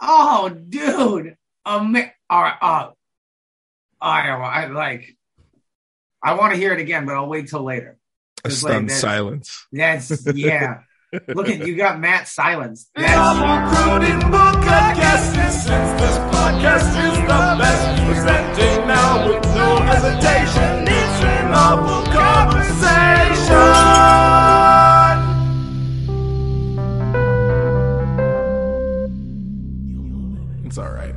Oh, dude. Ama- all right, uh, I, I like. I want to hear it again, but I'll wait till later. A 'Cause, like, stunned that's- silence. That's yeah. Look at you got Matt silenced. I'm That's, on Cronenberg podcasting since this podcast is the best. Presenting now with no hesitation. It's an awful conversation. It's all right.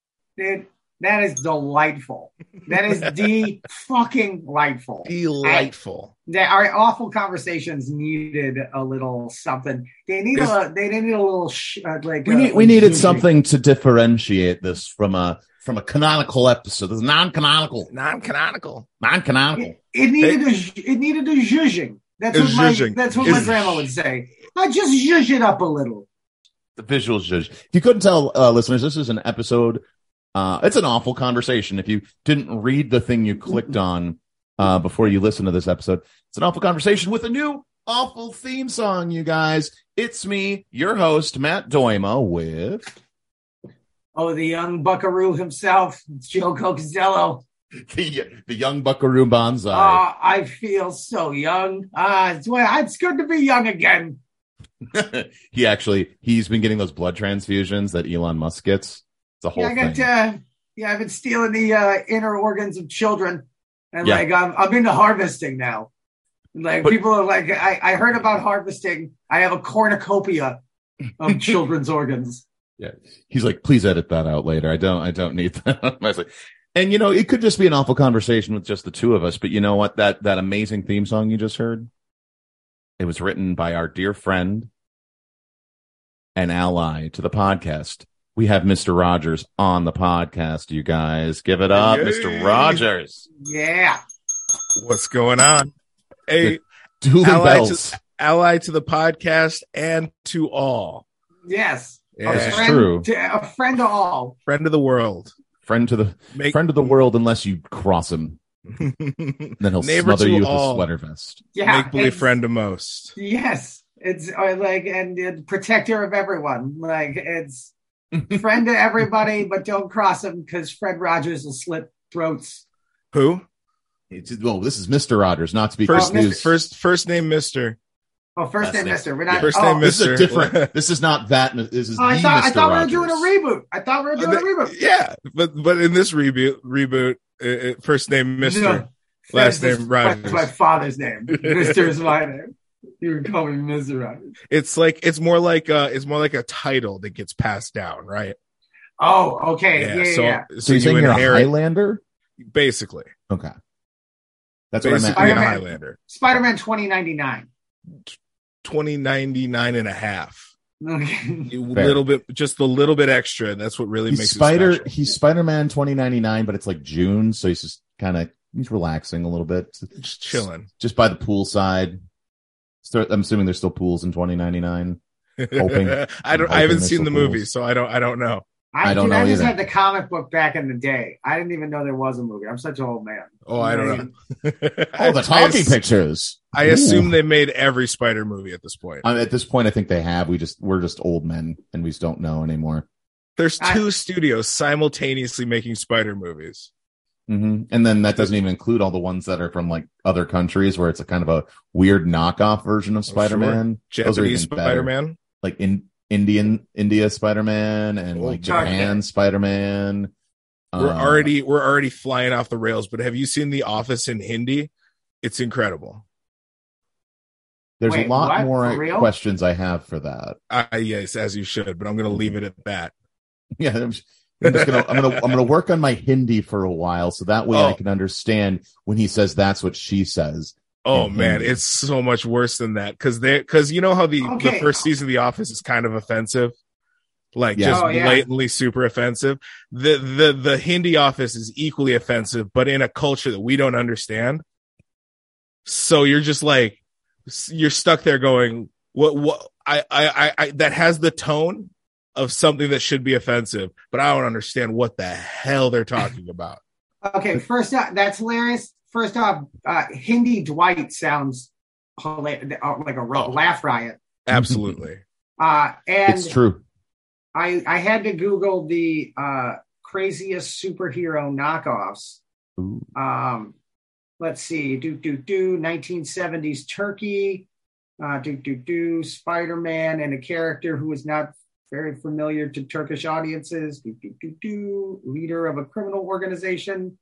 dude, that is delightful. That is de fucking delightful. Delightful. They, our awful conversations needed a little something. They need a. They need a little sh- uh, like We uh, need, we needed juicy. something to differentiate this from a from a canonical episode. This is non-canonical, Non-canonical. non-canonical. It, it needed a. zh- It needed a zhuzhing. That's A what my. zhuzhing. That's what my Is- grandma would say. I just zhuzh it up a little. The visual judge. If you couldn't tell, uh, listeners, this is an episode. Uh, it's an awful conversation. If you didn't read the thing you clicked on uh, before you listened to this episode, it's an awful conversation with a new awful theme song. You guys, it's me, your host Matt Doima, with Oh, the young buckaroo himself, Joe Cocazello. the the young Buckaroo Banzai. Ah, I feel so young. Ah, it's, well, it's good to be young again. he actually he's been getting those blood transfusions that Elon Musk gets. It's a whole Yeah, I got. thing. Uh, yeah, I've been stealing the uh, inner organs of children, and Yeah. like I'm, I'm into harvesting now. Like But- people are like, I, I heard about harvesting. I have a cornucopia of children's organs. He's like, please edit that out later. I don't I don't need that. I was like, and you know, it could just be an awful conversation with just the two of us, but you know what? That that amazing theme song you just heard, it was written by our dear friend and ally to the podcast. We have Mr. Rogers on the podcast, you guys. Give it up, Yay. Mr. Rogers. Yeah, What's going on? Hey, Dueling Ally to- bells. ally to the podcast and to all. yes. Yeah. This is friend true. To, a friend to all. Friend of the world. Friend to the Make friend of the world unless you cross him. Then he'll Neighbor smother to you with a all. sweater vest. Yeah, make believe it's- friend the most. Yes, it's uh, like and uh, protector of everyone. Like it's friend to everybody, but don't cross him because Fred Rogers will slit throats. Who? It's, well, this is Mr. Rogers, not to be First Oh, name, confused. first first name Mister. Oh, first Last name, name. Mister. We're not. First oh, name, Mister. This is a different. this is not that. This is oh, I the thought I Mr. thought Rogers. we were doing a reboot. I thought we were doing a reboot. Yeah, but but in this reboot reboot uh, uh, first name Mister. No. Last Fred's- name, Fred's Rogers. my father's name. Mister is my name. You can call me Mister Rogers. It's like it's more like uh it's more like a title that gets passed down, right? Oh, okay. Yeah, yeah. so yeah. So so you're you saying you're a inherit Highlander? basically Okay, that's what I meant. basically Iron a Man. Highlander. Spider-Man twenty ninety nine. 2099 and a half. Okay. A Fair. little bit just a little bit extra, and that's what really He's makes it Spider. special. He's Spider Man 2099, but it's like June, so he's just kind of he's relaxing a little bit, Just chilling. just by the poolside. So I'm assuming there's still pools in 2099. Hoping- I don't. hoping I haven't there's seen still the movie, pools. so I don't. I don't know. I, I don't dude, know I just either. had the comic book back in the day. I didn't even know there was a movie. I'm such an old man. Oh, I don't know. Oh, the I, talking pictures. I assume they made every Spider movie at this point. I mean, at this point, I think they have. We just we're just old men, and we just don't know anymore. There's I- two studios simultaneously making Spider movies. hmm And then that doesn't even include all the ones that are from like other countries where it's a kind of a weird knockoff version of sure. Spider-Man, Those are even Japanese Spider Man. like in Indian India Spider-Man and Well, like God, Japan Spider-Man. We're Uh, already we're already flying off the rails. But have you seen The Office in Hindi? It's incredible. there's Wait, a lot what? For more real? questions I have for that. I, yes, as you should. But I'm going to leave it at that. Yeah, I'm just, I'm just gonna I'm gonna I'm gonna work on my Hindi for a while so that way I Oh. can understand when he says that's what she says. Oh Mhm. man, it's so much worse than that because they because you know how the Okay. the first season of The Office is kind of offensive, like Yeah. just Oh, yeah. blatantly super offensive. The the the Hindi Office is equally offensive, but in a culture that we don't understand. So you're just like s- you're stuck there going what what I I I, I that has the tone of something that should be offensive, but I don't understand what the hell they're talking about. Okay, first off, that's hilarious. First off, uh, Hindi Dwight sounds hila- uh, like a ro- laugh riot. Absolutely. Uh, and Oh. it's true. I, I had to Google the uh, craziest superhero knockoffs. Ooh. Um, let's see, do do do, 1970s Turkey, uh, do do do, Spider Man, and a character who is not very familiar to Turkish audiences. Do do do do, leader of a criminal organization.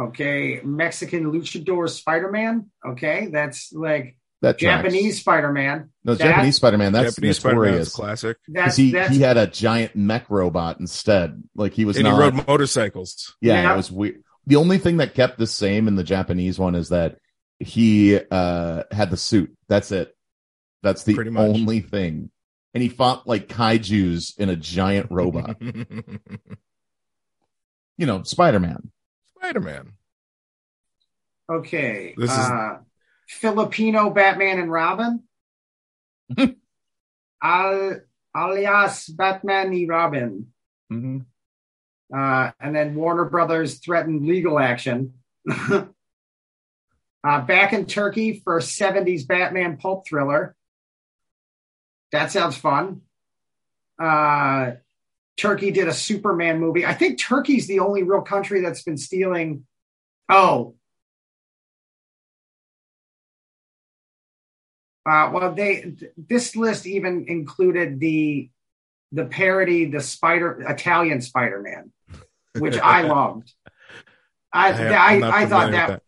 Okay, Mexican luchador Spider Man. Okay, that's like That tracks. Japanese Spider Man. No, that- Japanese Spider Man. That's Japanese Spider-Man's notorious. classic. That's Because he, that's he had a giant mech robot instead. Like he was And not. he rode motorcycles. yeah, Yeah. it was weird. The only thing that kept the same in the Japanese one is that he uh had the suit. That's it. That's the Pretty much. only thing. And he fought like kaiju's in a giant robot. you know, Spider Man. Spider-Man. Okay. This is- uh, Filipino Batman and Robin. Al, alias Batman y Robin. Mm-hmm. Uh, and then Warner Brothers threatened legal action. uh, back in Turkey for 70s Batman pulp thriller. That sounds fun. Uh, Turkey did a Superman movie. I think Turkey's the only real country that's been stealing. Oh. Uh, well, they th- this list even included the the parody, the Spider Italian Spider Man, which I loved. I am- I, I'm not I, thought familiar that, with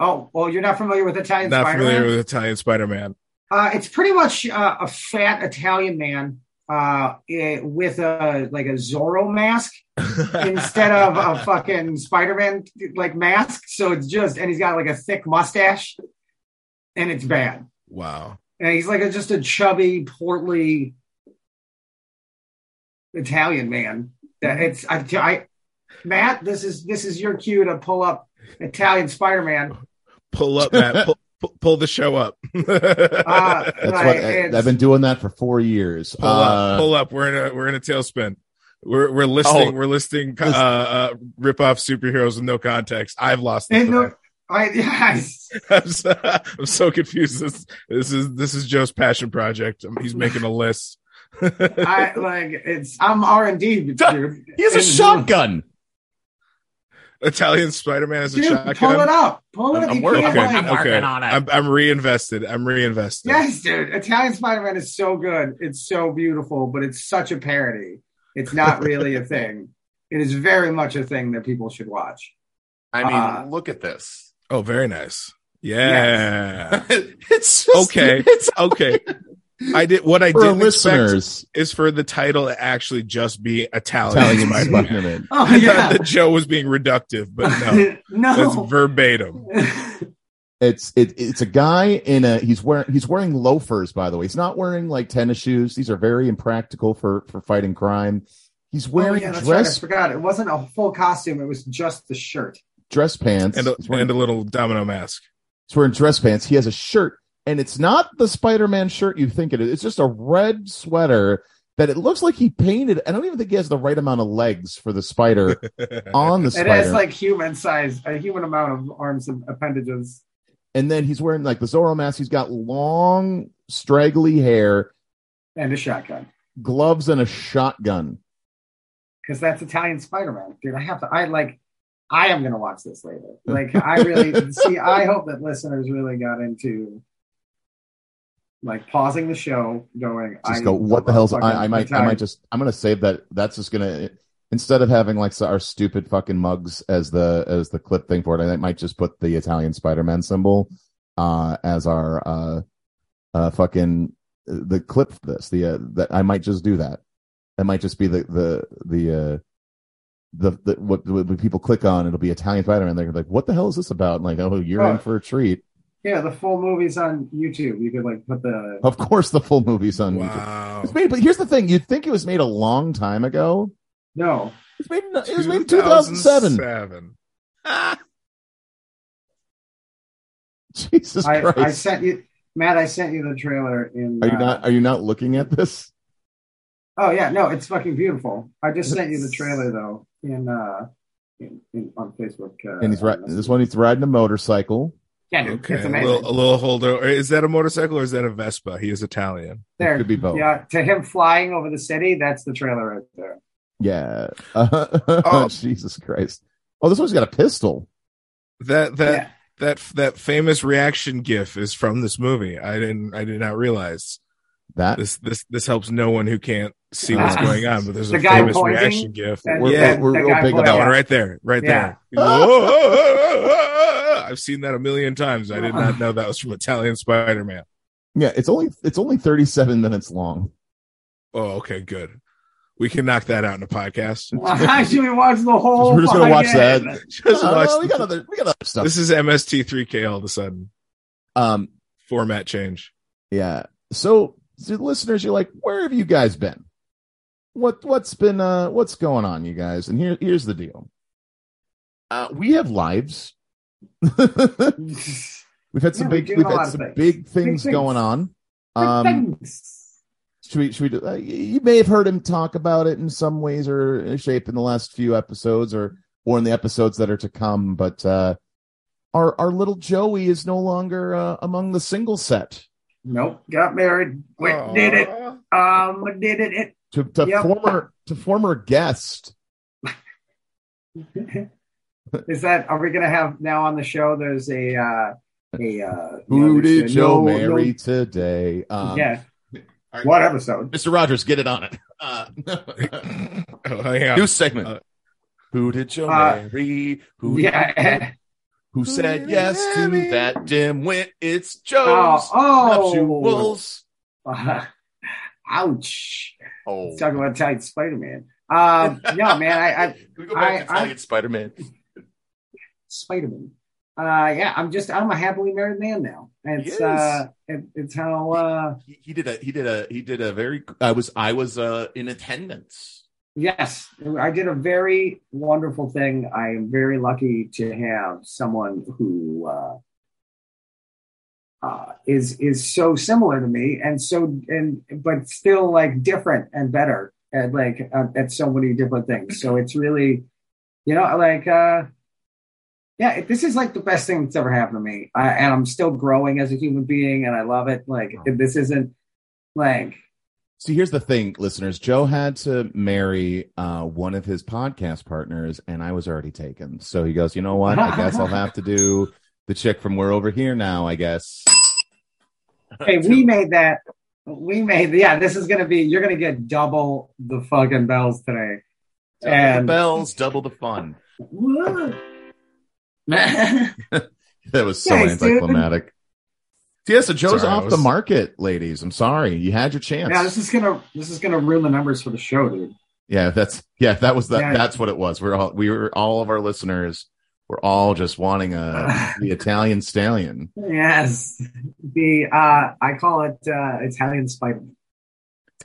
Oh, well, you're not familiar with Italian Not Spider familiar Man? with Italian Spider-Man. uh, it's pretty much uh, a fat Italian man uh, eh, with a like a Zorro mask instead of a fucking Spider Man like mask. So it's just, and he's got like a thick mustache and it's bad. wow. And he's like a, just a chubby, portly Italian man. That It's, Mm-hmm. I, I, Matt, this is this is your cue to pull up Italian Spider Man. Pull up, Matt. pull, pull, pull the show up. Uh, That's Right, what it's- I, I've been doing that for four years. Uh, pull up, pull up. We're in a we're in a tailspin. We're we're listing Oh. we're listing uh, uh, rip off superheroes with no context. I've lost. the And thread. no, I, yes. I'm, so, I'm so confused. This this is this is Joe's passion project. Um, He's making a list. I like it's I'm R and D, dude. he has a And- shotgun. Italian Spider Man is a Dude, pull it shotgun. up. Pull it up. I'm You working- can't, okay, like- okay. I'm, I'm reinvested. I'm reinvested. Yes, dude. Italian Spider Man is so good. It's so beautiful, but it's such a parody. It's not really a thing. It is very much a thing that people should watch. I mean, Uh, look at this. Oh, very nice. Yeah. it's just, Okay. It's Okay. I did what I for didn't expect listeners. is for the title to actually just be Italian, Italian Spider-Man. Spider Man. Oh I thought yeah. that Joe was being reductive, but no, that's no. Oh, verbatim. It's it, it's a guy in a he's wearing he's wearing loafers by the way. He's not wearing like tennis shoes. These are very impractical for for fighting crime. He's Oh, wearing yeah, that's right. I dress forgot. It wasn't a full costume. It was just the shirt. dress pants. And a, he's, wearing, and a little domino mask. he's wearing dress pants. He has a shirt, and it's not the Spider Man shirt you think it is. It's just a red sweater that it looks like he painted. I don't even think he has the right amount of legs for the spider on the It spider. has like human size, a human amount of arms and appendages. and then he's wearing like the Zorro mask. He's got long straggly hair, and a shotgun gloves, and a shotgun. because that's Italian Spider-Man, dude. I have to. I like. I am gonna watch this later. Like, I really see. I hope that listeners really got into like pausing the show, going, just I go, what the hell's I, I might I Italian- might just I'm gonna save that that's just gonna instead of having like our stupid fucking mugs as the as the clip thing for it, I might just put the Italian Spider Man symbol uh as our uh uh fucking the clip for this. The uh, that I might just do that. That might just be the the the uh the, the what, what when people click on it'll be Italian Spider Man. They're like, what the hell is this about? And like, oh, you're in Right. for a treat. yeah. The full movie's on YouTube. You could like put the Of course, the full movie's on. YouTube. Wow. It's made, but here's the thing: you'd think it was made a long time ago. no. It's made. in- It was made in 2007. 2007. Jesus I, Christ! I sent you, Matt. I sent you the trailer. In are you uh, not? Are you not looking at this? Oh yeah, no, it's fucking beautiful. I just sent you the trailer though in uh in, in on Facebook. Uh, And he's ri- on this one. He's riding a motorcycle. Yeah, dude, Okay, it's a amazing. little, a little holder. Or Is that a motorcycle or is that a Vespa? He is Italian. there, Could be Oh. both. Yeah. yeah, to him flying over the city, that's the trailer right there. Oh. Jesus Christ. Oh, this one's got a pistol. That that Yeah. that that famous reaction GIF is from this movie. I didn't I did not realize That this this this helps no one who can't see what's Ah. going on. But there's The a guy famous pointing. reaction GIF. That- We're- yeah, that- we're that real guy big pulling that about one out. right there, right Yeah. Ah. there. Whoa, whoa, whoa, whoa, whoa, whoa. I've seen that a million times. I did not know that was from Italian Spider Man. yeah, it's only it's only 37 minutes long. Oh, okay, good. We can knock that out in a podcast. Why should we watch the whole? We're just gonna watch fucking- that. Just Oh, watch. we got other we got other stuff. this is MST3K all of a sudden. um Format change. yeah. So, so listeners, you're like, where have you guys been? What what's been uh what's going on, you guys? And here here's the deal. Uh we have lives. We've had some Yeah, we big, do we've a lot had of some things. big things things. going on. Um, Thanks. should we, should we do, uh, you may have heard him talk about it in some ways or shape in the last few episodes or, or in the episodes that are to come, but, uh, our, our little Joey is no longer, uh, among the single set Nope, got married. We Oh. did it. Aw. Um, we did it. to, to Yep. former, to former guest. it. Is that? Are we gonna have now on the show? There's a uh, a uh, you Who know, there's did a Joe no- marry today? no- Um, yeah. all right. What episode? Mr. Rogers, get it on it. Uh, Oh, hang on. new segment. Uh, who did you uh, marry? Who, Yeah. who said did you yes to marry? that dimwit? It's Oh, Joe's oh. nuptials. ouch. Oh, Let's talk about Italian Spider Man. Um, yeah, man, I, I Can we go back I- to Italian Spider Man. Spider Man. Uh, yeah, I'm just I'm a happily married man now. It's Yes. uh, it, it's how uh, He, he did a he did a he did a very. I was I was uh, in attendance. yes, I did a very wonderful thing. I am very lucky to have someone who uh, uh, is is so similar to me and so and but still like different and better at like uh, at so many different things. So it's really, you know, like uh, yeah, it- this is like the best thing that's ever happened to me, I, and I'm still growing as a human being, and I love it. Like if this isn't like See, here's the thing, listeners. Joe had to marry uh, one of his podcast partners, and I was already taken. So he goes, you know what? I guess I'll have to do the chick from we're over here now. I guess. hey, we made that. We made yeah. This is gonna be. You're gonna get double the fucking bells today. the And bells double the fun. Woo. That was so Thanks, dude. anticlimactic. Yeah, so Joe's Sorry, I off was- the market, ladies. I'm sorry, you had your chance. yeah, this is gonna this is gonna ruin the numbers for the show, dude. Yeah, that's yeah, that was that. Yeah. That's what it was. We're all we were all of our listeners were all just wanting a the Italian stallion. Yes, the uh, I call it uh, Italian Spider.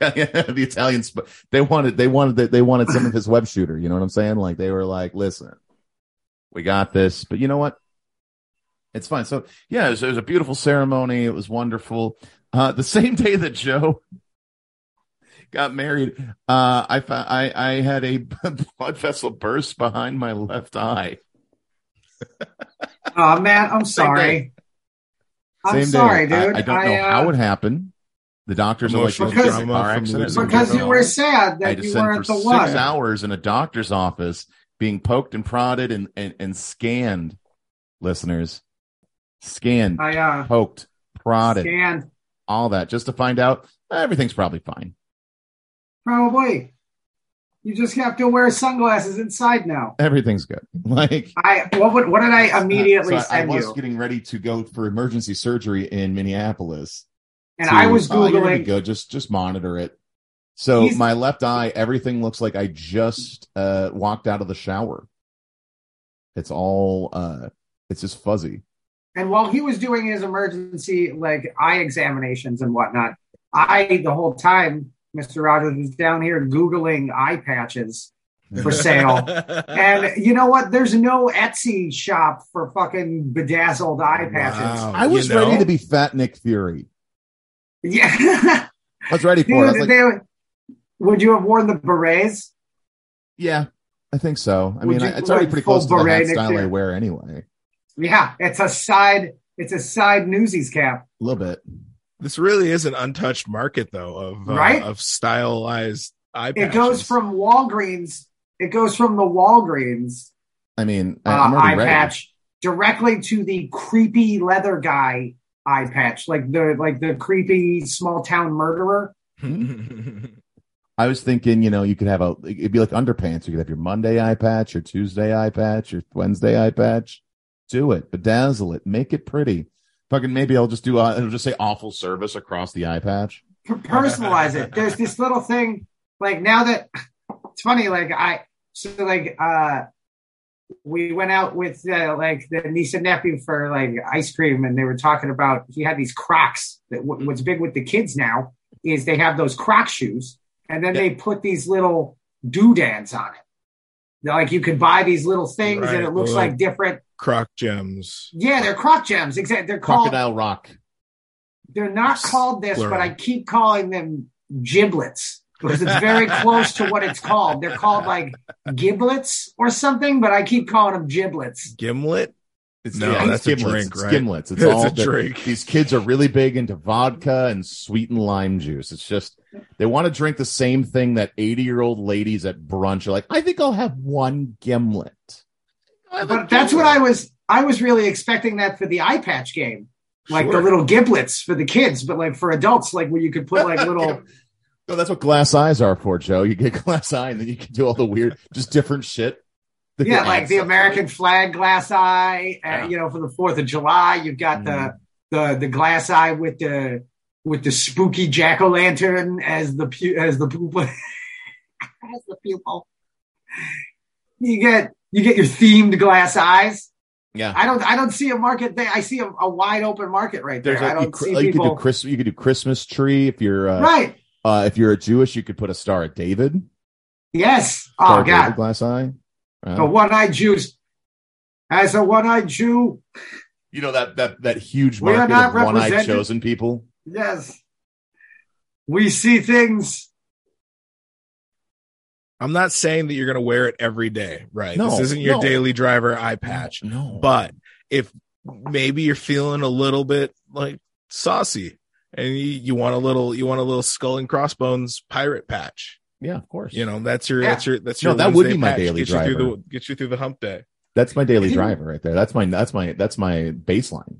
the Italians, but they wanted, they wanted, they- they wanted some of his web shooter. You know what I'm saying? Like they were like, listen, we got this, but you know what? It's fine. So yeah, it was, it was a beautiful ceremony. It was wonderful. Uh, the same day that Joe got married, uh, I, fo- I, I had a blood vessel burst behind my left eye. Oh man, I'm Same sorry. I'm Same day. sorry, I- dude. I, don't know uh, how it happened. The doctors are like, Emotional "This is a drama car from the accident." victim. because you were sad I that had to you spend for weren't the six one. hours in a doctor's office being poked and prodded and, and, and scanned, listeners. Scanned, I uh, poked, prodded, scanned all that just to find out everything's probably fine. probably. You just have to wear sunglasses inside now. Everything's good. Like I what would, what did I immediately So I- I send was you? getting ready to go for emergency surgery in Minneapolis. And to- I was oh, you're gonna be googling. good. Just just monitor it. So He's- my left eye, everything looks like I just uh walked out of the shower. It's all uh it's just fuzzy. and while he was doing his emergency like eye examinations and whatnot, I the whole time Mr. Rogers was down here googling eye patches for sale. and you know what? There's no Etsy shop for fucking bedazzled eye patches. Wow, I was you know? ready to be Fat Nick Fury. Yeah, I was ready for it. I was Dude, like, they, would you have worn the berets? yeah, I think so. I Would mean, you I- it's already like pretty close to full the beret hat Nick style I Fury? wear anyway. Yeah, it's a side. It's a side Newsies cap. A little bit. This really is an untouched market, though, of uh, Right? of stylized eye. It goes patches. from Walgreens. It goes from the Walgreens I mean, I, uh, I'm already eye ready. patch directly to the creepy leather guy eye patch, like the like the creepy small town murderer. I was thinking, you know, you could have a, it'd be like underpants. You could have your Monday eye patch, your Tuesday eye patch, your Wednesday eye patch. Do it, bedazzle it, make it pretty. Fucking maybe I'll just do, uh, it'll just say awful service across the eye patch. P- personalize it. There's this little thing, like now that it's funny, like I so like uh we went out with uh, like the niece and nephew for like ice cream, and they were talking about he had these Crocs. That w- what's big with the kids now is they have those Croc shoes, and then they put these little doodads on it. They're Like you could buy these little things, Right, and it looks little- like different. Croc gems. Yeah, they're Croc gems. Exactly. They're called. Crocodile rock. They're not called this, Plural. but I keep calling them giblets because it's very close to what it's called. They're called like giblets or something, but I keep calling them giblets. Gimlet. It's, No, it's that's a gimlets. drink, It's right? gimlets. It's, It's all a the- drink. These kids are really big into vodka and sweetened lime juice. It's just they want to drink the same thing that eighty-year-old ladies at brunch are like. I think I'll have one gimlet. I like But that's what gimlet. I was I was really expecting that for the eye patch game. Like Sure. the little giblets for the kids, but like for adults, like where you could put like little No, that's what glass eyes are for, Joe. You get glass eye, and then you can do all the weird, just different shit. that yeah, you like add the stuff to American it. flag glass eye. Uh, you know, for the Fourth of July, you've got Mm-hmm. the the the glass eye with the with the spooky jack o' lantern as the pu- as the pupil as the pupil. You get you get your themed glass eyes. Yeah. I don't I don't see a market there. I see a, a wide open market right there. There's I like, don't you, cr- see like you could do people Chris, you could do Christmas tree if you're uh, right. uh, if you're a Jewish, you could put a star at David. Yes. Star Oh of David, God, glass eye. Uh, the one eyed Jews. As a one eyed Jew, You know that that that huge We are market not of one-eyed represented. chosen people. yes, we see things I'm not saying that you're going to wear it every day, right? No, this isn't your no. daily driver eye patch. No, But if maybe you're feeling a little bit like saucy and you, you want a little you want a little skull and crossbones pirate patch, yeah, of course. you know, that's your Yeah. that's your that's No, your that would Wednesday be my patch. daily get You through driver. the, get you through the hump day. that's my I daily didn't- driver right there. That's my that's my that's my baseline.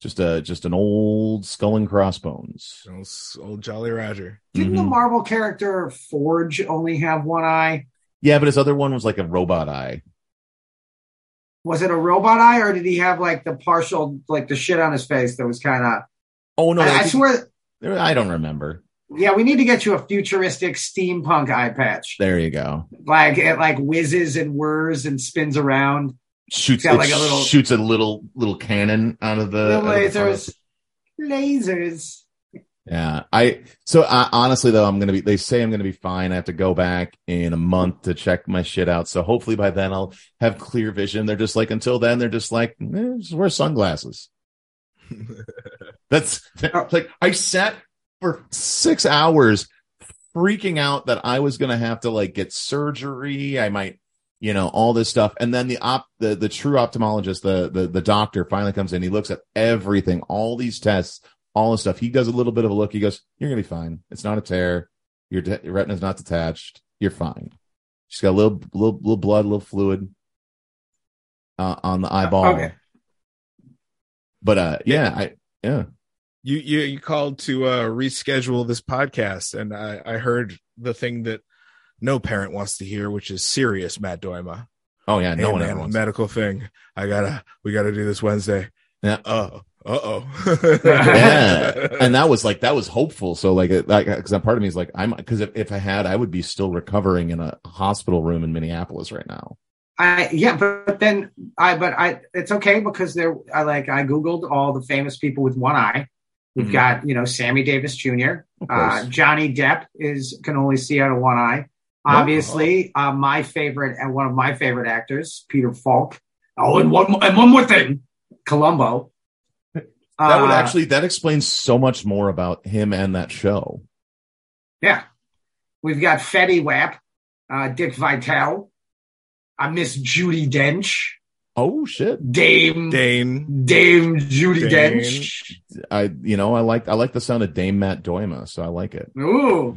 Just a just an old skull and crossbones. You know, s- old Jolly Roger. Didn't the Mhm. Marvel character Forge only have one eye? Yeah, but his other one was like a robot eye. Was it a robot eye, or did he have like the partial, like the shit on his face that was kind of? Oh no, I, I think- swear. there- I don't remember. Yeah, we need to get you a futuristic steampunk eye patch. There you go. Like it, like whizzes and whirs and spins around. Shoots Got it like a little- shoots a little little cannon out of the, The out of the front. lasers, lasers. Yeah, I so I, honestly though I'm gonna be. They say I'm gonna be fine. I have to go back in a month to check my shit out. So hopefully by then I'll have clear vision. They're just like until then they're just like eh, just wear sunglasses. That's like I sat for six hours freaking out that I was gonna have to like get surgery. I might, you know, all this stuff. And then the op the the true ophthalmologist, the the the doctor finally comes in. He looks at everything, all these tests, all this stuff. He does a little bit of a look. He goes, "You're gonna be fine. It's not a tear. Your, de- your retina's not detached. You're fine. She's got a little little little blood, a little fluid." Uh, on the eyeball, Okay. but uh, yeah, I yeah, You you you called to uh reschedule this podcast and I I heard the thing that no parent wants to hear, which is serious Matt Doima. oh yeah, no Hey, one man, ever wants. medical thing. I gotta we gotta do this Wednesday. Yeah. Uh oh. yeah and that was like that was hopeful so like it- like because part of me is like i'm because if, if i had i would be still recovering in a hospital room in minneapolis right now I yeah, but, but then I but I it's okay because there I like I googled all the famous people with one eye. We've Mhm. got you know Sammy Davis Jr. Of Ah, course. Uh, Johnny Depp is can only see out of one eye. Obviously, uh, my favorite and one of my favorite actors, Peter Falk. Oh, and one mo- and one more thing, Columbo. that ah. would Uh, actually that explains so much more about him and that show yeah. We've got Fetty Wap, uh, Dick Vitale, uh, Miss Judy Dench. Oh shit! Dame Dane. Dame Judy Dame. Dench. I you know I like I like the sound of Dame Matt Doima, so I like it. Ooh,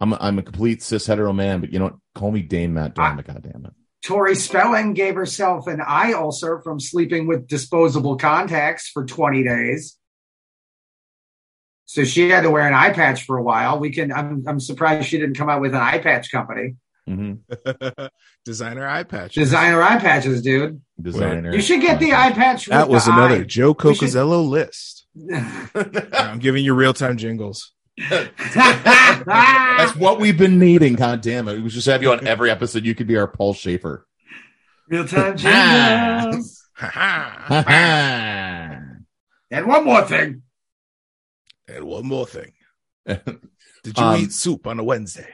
I'm a, I'm a complete cis hetero man, but you know what? Call me Dame Matt Ah. Doima, goddamn it. Tori Spelling gave herself an eye ulcer from sleeping with disposable contacts for 20 days. So she had to wear an eye patch for a while. We can. I'm, I'm surprised she didn't come out with an eye patch company. hmm Designer eye patch. Designer eye patches, dude. Designer. You should get the eye patch. With That was the another eye. Joe We should- Cocozello list. I'm giving you real time jingles. That's what we've been needing. God damn it! We should have you on every episode. You could be our Paul Schaefer. Real time jingles. Ha-ha. Did and one more thing. and one more thing. Did you Um, eat soup on a Wednesday?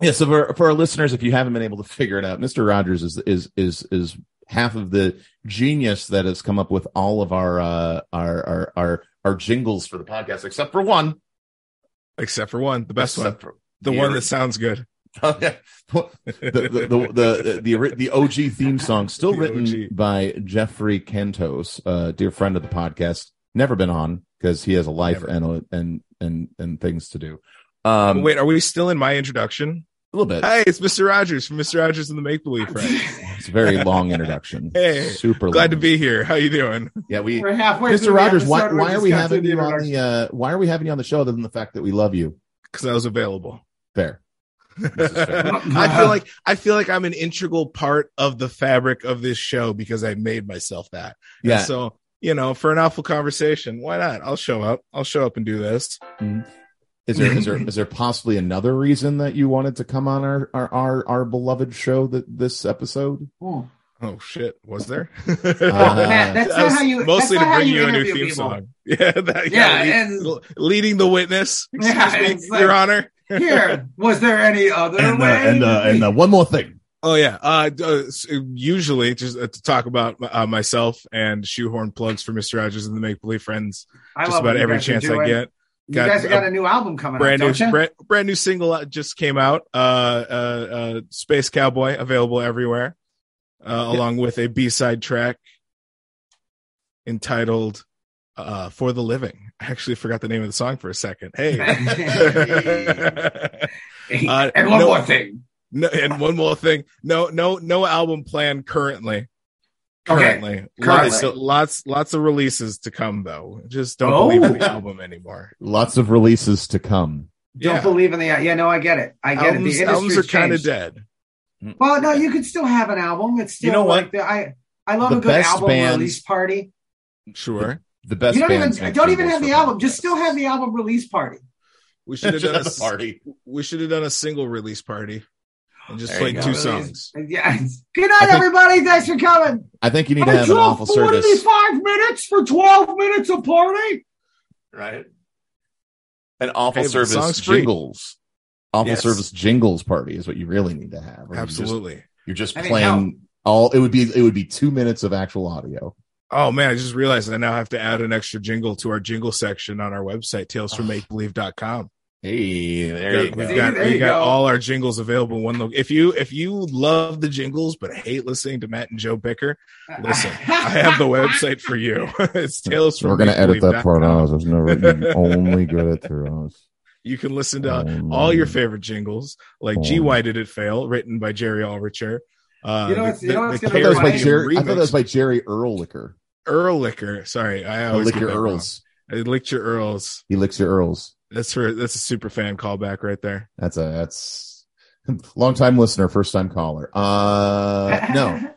Yeah, so for, for our listeners, if you haven't been able to figure it out, Mr. Rogers is is is is half of the genius that has come up with all of our uh our our our, our jingles for the podcast, except for one. Except for one, the best one, Except for- the one that sounds good. the, the, the, the, uh, the, ori- the OG theme song, still The written OG. by Jeffrey Kentos, uh, dear friend of the podcast, never been on because he has a life Never. and, a- and and and things to do. Um, Wait, are we still in my introduction? a little bit. Hey, it's Mr. Rogers from Mr. Rogers and the Make Believe Friends. It's a very long introduction. Hey, super long. Glad to be here. How you doing? Yeah, we We're halfway through Mr. the Rogers, why, episode. We're why are just we got having through you on introduction. the uh, why are we having you on the show other than the fact that we love you? Because I was available. Fair. I feel like I feel like I'm an integral part of the fabric of this show because I made myself that. And Yeah. so you know, for an awful conversation, why not? I'll show up. I'll show up and do this. Is there is there is there possibly another reason that you wanted to come on our our our, our beloved show that this episode? Oh. Oh shit, was there? Uh, Matt, That that's not was how you. mostly to that's not how bring you, a new interview theme people. song. Yeah, that, Yeah, lead- and- leading the witness. Excuse Yeah, me, it's like- Your Honor. Here, was there any other And uh, way? and uh, and uh, one more thing. Oh yeah. Uh, d- uh, s- usually just uh, to talk about uh, myself and shoehorn plugs for Mr. Rogers and the Make Believe Friends. I just love about what you every guys are chance I doing. get. You Got guys have a got a new album coming brand out, don't new you? brand, brand new single uh, just came out uh uh uh space cowboy available everywhere uh along with a b-side track entitled uh for the living i actually forgot the name of the song for a second hey Uh, and one no- more thing. no, and one more thing no no no album plan currently Okay. currently, Lots, Currently. lots lots of releases to come though just don't Oh. believe in the album anymore Lots of releases to come. Don't believe in the. Yeah, no, I get it. I get albums, it. The albums industry's are kind of changed. dead Well, no, you could still have an album. It's still You know like the, I. I love The a good best album bands- release party. sure The best. you don't bands even make don't even jingles have the for album. podcasts. Just still have the album release party. we should have Just done a have a s- party. we should have done a single release party and just There played you two go. songs. Yeah. Good I night, think- everybody. Thanks for coming. I think you need to Only have an 12 awful service. 45 minutes for twelve minutes a party. right? An awful Hey, but the service song's free. jingles, awful Yes. service jingles party is what you really need to have. or Absolutely. you're just, I you're mean, just playing all. It would be it would be two minutes of actual audio. Oh man, I just realized I now have to add an extra jingle to our jingle section on our website, talesfrommakebelieve.com. Hey, there We've go. got There we you got go. all our jingles available in one look. If you if you love the jingles but hate listening to Matt and Joe Picker, Listen, I have the website for you. it's Tales from We're gonna edit that part makebelieve.com. out. There's never you only good at through us. You can listen to uh, all Mm. your favorite jingles, like Oh. G Why Did It Fail, written by Jerry Alricher. Uh, You know what's- you know what's I gonna thought that was by Caribbean Jerry. I thought that remix was by Jerry Erlicker. Earlicker. Sorry, I always get Lick your that wrong. Earls. I licked your Earls. He licks your Earls. That's for that's a super fan callback right there. That's a that's long time listener, first time caller. Uh no.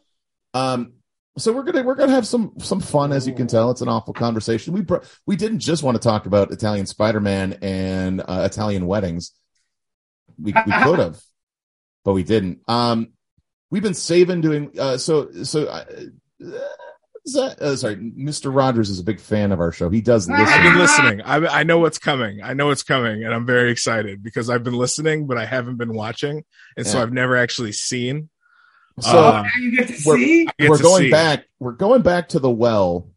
Um, so we're gonna we're gonna have some some fun, as you can tell. It's an awful conversation. We br- we didn't just want to talk about Italian Spider Man and uh, Italian weddings. We we could have, but we didn't. Um, we've been saving doing uh, so so. Uh, is that- uh, sorry, Mr. Rogers is a big fan of our show. He does I've been listen. listening. I, I know what's coming. I know what's coming, and I'm very excited because I've been listening, but I haven't been watching, and so Yeah. I've never actually seen. So oh, Uh, now you get to we're- see. I get we're to going see. back. We're going back to the well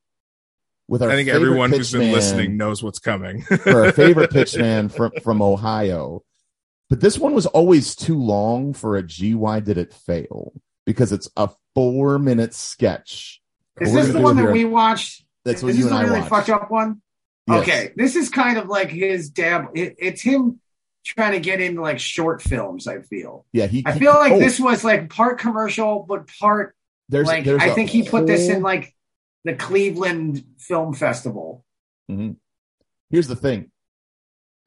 with our. I think favorite everyone who's been pitchman. listening knows what's coming. for our favorite pitchman from from Ohio. But this one was always too long for a GY did it fail. because it's a four minute sketch. Is We're this gonna the do one that your- we watched? That's what is you this and the I really watched. fucked up one? Yes. Okay, this is kind of like his dab. It, it's him trying to get into like short films. I feel. Yeah, he. I he- feel like oh, this was like part commercial, but part There's, like there's I a think he put this whole- in like the Cleveland Film Festival. Here's the thing.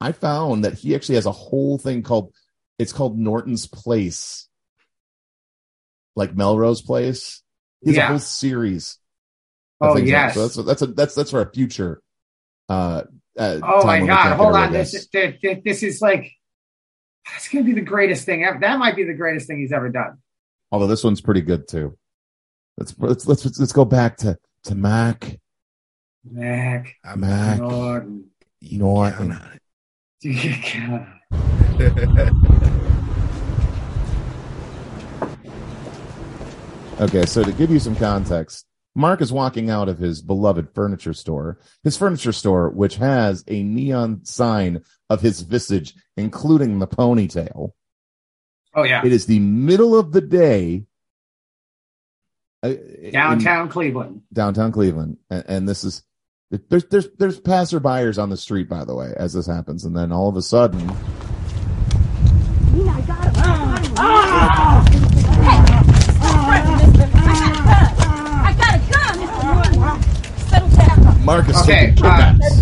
I found that he actually has a whole thing called it's called Norton's Place. Like Melrose Place. He has a Yeah. whole series. of Oh things on it. yes. So that's that's a, that's that's for a future uh uh oh time when my we god! can't Hold get rid on. of This this. this, this this is like that's gonna be the greatest thing ever. That might be the greatest thing he's ever done. Although this one's pretty good too. Let's let's let's let's go back to to Mac Mac I'm Mac Norton. Oh, Norton. Okay, so to give you some context, Mark is walking out of his beloved furniture store, his furniture store, which has a neon sign of his visage, including the ponytail. Oh yeah, It is the middle of the day. uh, in downtown Cleveland. downtown Cleveland. And, and this is, there's, there's, there's passerbyers on the street, by the way, as this happens. And then all of a sudden, Nina, I got him. I got him. Hey, I got a gun. I got a gun. Settle down. Mark is Okay, taking uh, kidnaps.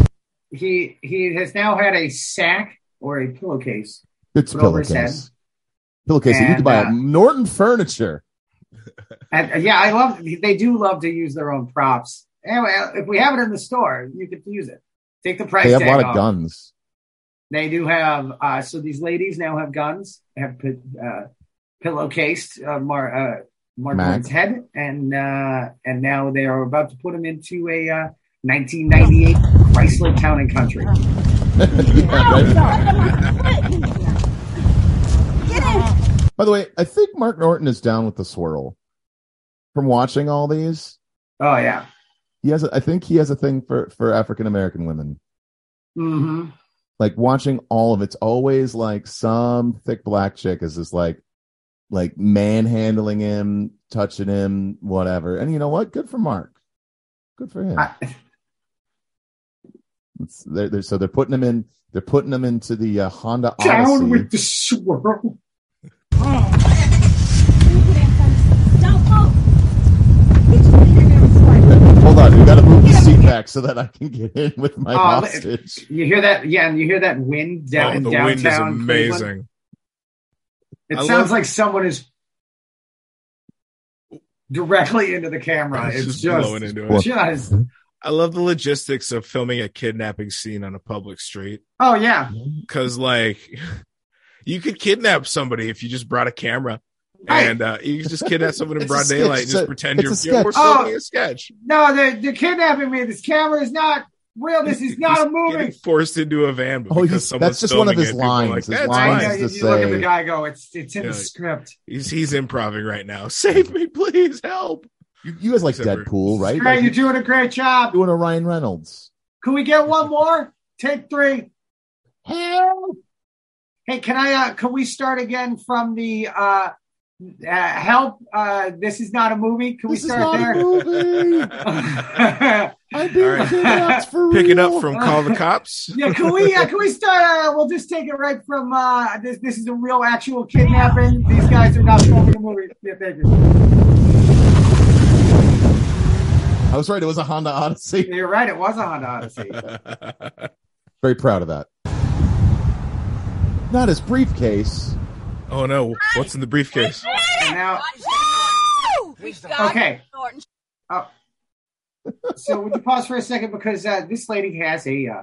He he has now had a sack or a pillowcase It's a put over his pillowcase. Pillowcase that you can And, buy uh, at Norton Furniture. And uh, yeah, I love they do love to use their own props. Anyway, if we have it in the store, you could use it. Take the price. They have a tag lot of off. guns. They do have uh, so these ladies now have guns, have pi- uh, pillowcased uh, Mar- uh, Mark Mac. Norton's head, and uh, and now they are about to put him into a uh, 1998 Chrysler Town and Country. Yeah, right. Get in. By the way, I think Mark Norton is down with the swirl. From watching all these, Oh yeah. he has. A, I think he has a thing for for African American women. hmm Like watching all of it's always like some thick black chick is just like, like manhandling him, touching him, whatever. And you know what? Good for Mark. Good for him. I- It's- they're- they're- so they're putting him in. They're putting him into the uh, Honda Odyssey. Down with the swirl. Don't move. Get your feet in there and swipe. Hold on, we got to move the seat back so that I can get in with my Oh, hostage. You hear that? Yeah, and you hear that wind down oh, in the downtown. wind is Cleveland? amazing. I It sounds love- like someone is directly into the camera. It's It's, just just, blowing into it. just- I love the logistics of filming a kidnapping scene on a public street oh yeah. because, like, you could kidnap somebody if you just brought a camera. Right. And uh, you could just kidnap someone in It's a broad sketch. daylight and It's just a- pretend you're, it's a you're- we're sketch. filming a sketch. No, they're, they're kidnapping me. This camera is not real. This is not Just a getting movie. forced into a van. Oh, because he's- someone's that's just one of filming his it. People are lines. His Like, that's lines I fine. know to you, you look at say- the guy. and Go. It's it's in Yeah. the script. He's, he's improvising right now. Save me, please. Help. You, you guys like Except for- Deadpool, right? Great, Like, you're doing a great job. doing a Ryan Reynolds. Can we get one more? Take three. Help! Hey, can I? Uh, can we start again from the? Uh, uh, help! Uh, this is not a movie. Can This we is start not a there? movie. I'm being All right. kidnapped for real. Pick it up from Call the Cops. Yeah, can we? Uh, can we start? Uh, we'll just take it right from uh, this. This is a real, actual kidnapping. These guys are not filming a movie. Yeah, thank you. I was right. It was a Honda Odyssey. You're right. It was a Honda Odyssey. Very proud of that. Not his briefcase. Oh no, what's in the briefcase? And now, Woo! We got Okay. Norton. so would you pause for a second because uh, this lady has a uh,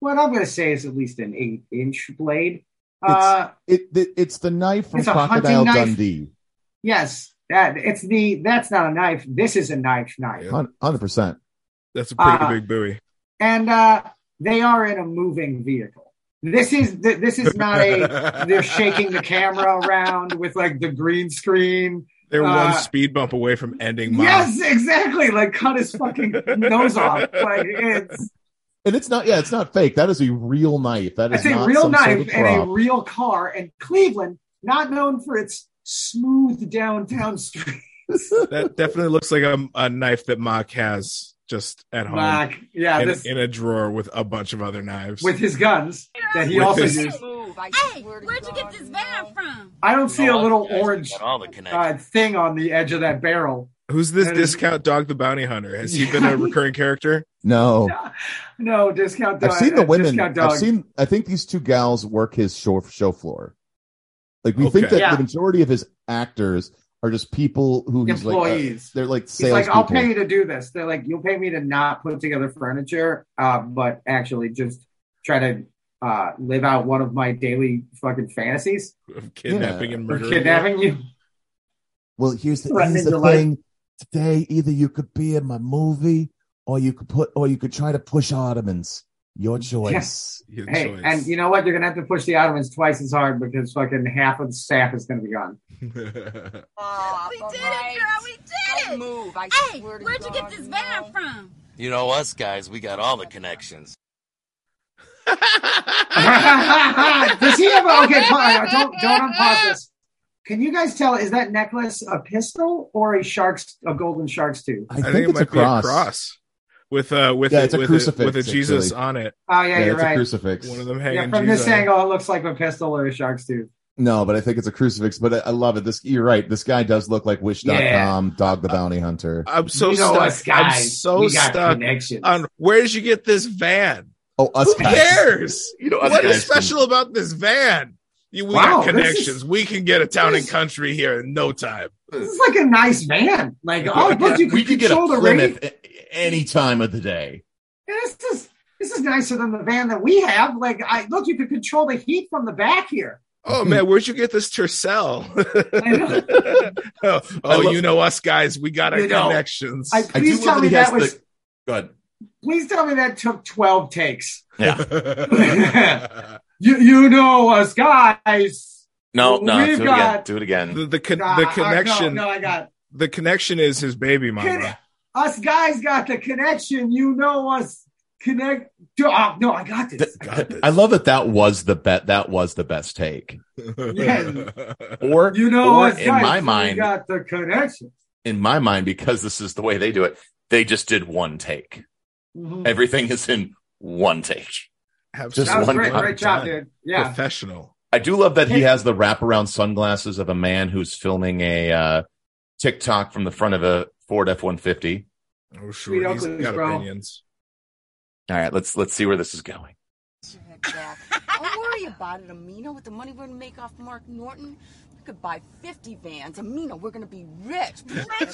what I'm going to say is at least an eight-inch blade. Uh, It, it it's the knife from It's a Crocodile hunting knife. Dundee. yes, that it's the that's not a knife. This is a knife knife. Yeah. Hundred percent. That's a pretty Uh, big buoy. and uh, they are in a moving vehicle. This is th- this is not a. They're shaking the camera around with like the green screen. They're uh, one speed bump away from ending. Mom. Yes, exactly. Like cut his fucking nose off. Like it's And it's not. Yeah, it's not fake. That is a real knife. That is it's a not real some knife sort of and a prop. real car. And Cleveland, not known for its smooth downtown street. That definitely looks like a, a knife that Mock has just at home Mark, yeah, in, this, in a drawer with a bunch of other knives. with his guns that he With also his- used. Hey, where'd you get this van from? I don't see a All little the guys orange got all the uh, connections. thing on the edge of that barrel. Who's this And- discount dog the bounty hunter? Has he been a recurring character? No, No discount. Oh. I've dog- seen the uh, women. discount I've dog. seen. I think these two gals work his show show floor. Like we think Okay. that Yeah. the majority of his actors are just people who he's Like, uh, employees. they're like He's sales. like, I'll pay you to do this. They're like, you'll pay me to not put together furniture, uh, but actually just try to uh, live out one of my daily fucking fantasies Of kidnapping Yeah. and of murdering. kidnapping you. Well, here's the, Threatening here's the your life. thing. Today, either you could be in my movie, or you could put, or you could try to push Ottomans. Your choice. Your Hey, choice. and you know what? You're gonna have to push the Ottomans twice as hard because fucking half of the staff is gonna be gone. we did it, girl. We did it. Move. hey, where'd you get this van from? You know us guys, we got all the connections. Does he have? a- Okay, fine. Don't don't unpause this. Can you guys tell? Is that necklace a pistol or a shark's a golden shark's tooth? I, I think, think it it's might a cross. be a cross with uh with Yeah, a, it's a with, crucifix, a, with a Jesus actually. on it. Oh yeah, Yeah, you're it's a right. crucifix. One of them Yeah, hanging. from Jesus this on it. angle, it looks like a pistol or a shark's tooth. No, but I think it's a crucifix. But I, I love it. This, you're right. This guy does look like Wish.com, com Dog Uh, the Bounty Hunter. I'm so you know stuck. us guys. I'm so we got stuck Uh, connections. on where did you get this van? Oh, us Who guys. cares? You know us what is guys can- special about this van? You, we Wow, got this connections. is- we can get a town this- and country here in no time. this is like a nice van. Like, oh, look, you we can could get a control the radio. Plymouth a- any time of the day. Yeah, This is this is nicer than the van that we have. Like, I look, you can control the heat from the back here. Oh man, where'd you get this Tercel? I know. oh, I love- you know us guys. We got our You know, connections. I, I please do tell love me that that he has was. the. Go ahead. Please tell me that took twelve takes. the, You you know us guys. No, no, We've do it again. got- Do it again. the, con- Nah, the I- connection. no, no, I got The connection is his baby mama. us guys got the connection. You know us connect. Oh, no, I got this. Got this. I love that. That was the bet. That was the best take. Or You know or us in guys. my we mind, got the connection. in my mind, because this is the way they do it. They just did one take. Mhm. Everything is in one take. Absolutely. That was one great, time great job, dude. Yeah. Professional. I do love that he has the wraparound sunglasses of a man who's filming a uh, TikTok from the front of a Ford F one fifty. Oh, Sweet sure. He's Oakleys, got bro. opinions. All right, let's let's see where this is going. Don't worry about it, Amina. With the money we're gonna make off Mark Norton, we could buy 50 vans. Amina, we're gonna be rich. Rich, rich.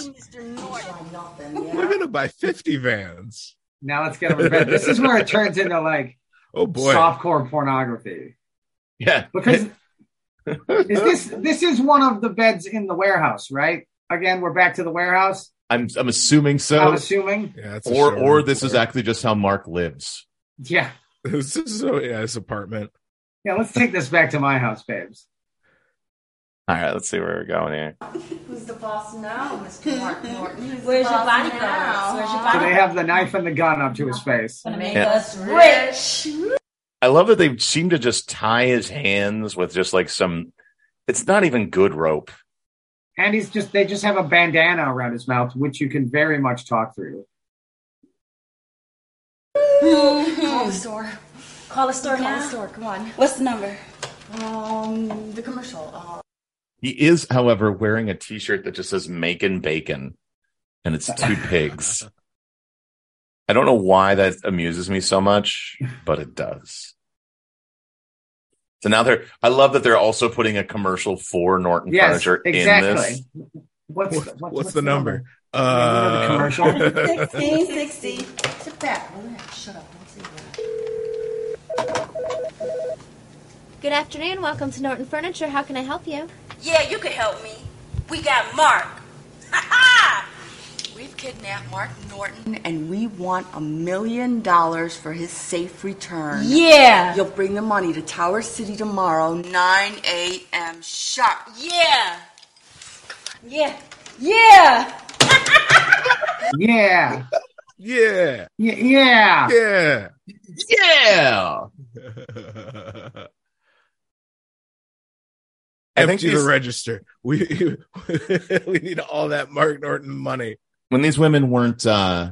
Mr. Norton. Nothing, We're gonna buy fifty vans. Now let's get over to bed. This is where it turns into like Oh boy. softcore pornography. Yeah, Because is this this is one of the beds in the warehouse, right? Again, we're back to the warehouse. I'm I'm assuming I'm so. assuming. Yeah, it's a Or showroom or this is floor. actually just how Mark lives. Yeah. this is so yeah, his apartment. Yeah, let's take this back to my house, babes. All right, let's see where we're going here. Who's the boss now, Mr. Mark Norton? Who's the Where's your boss bodyguard? now? Where's your So they bodyguard? have the knife and the gun up to his face. Gonna make Yeah. us rich. I love that they seem to just tie his hands with just like some. It's not even good rope. And he's just they just have a bandana around his mouth, which you can very much talk through. Call the store. Call the store Hmm. Call the now. store. Come on. What's the number? Um, the commercial. Uh, He is, however, wearing a T-shirt that just says "Making Bacon," and it's two pigs. I don't know why that amuses me so much, but it does. So now they're. I love that they're also putting a commercial for Norton Yes, Furniture in this. exactly. What's, What- the- what's, the, number? Yeah, Uh, you know the commercial? 1660. sit back. Relax. Shut up. Don't say that. Good afternoon. Welcome to Norton Furniture. How can I help you? Yeah, you could help me. We got Mark. Ha ha! We've kidnapped Mark Norton and we want a million dollars for his safe return. Yeah. You'll bring the money to Tower City tomorrow, 9 a.m. sharp. Yeah! Yeah. Yeah. yeah. yeah, Yeah. Yeah. yeah. Yeah. I think Empty the these- register. We we need all that Mark Norton money. when these women weren't uh,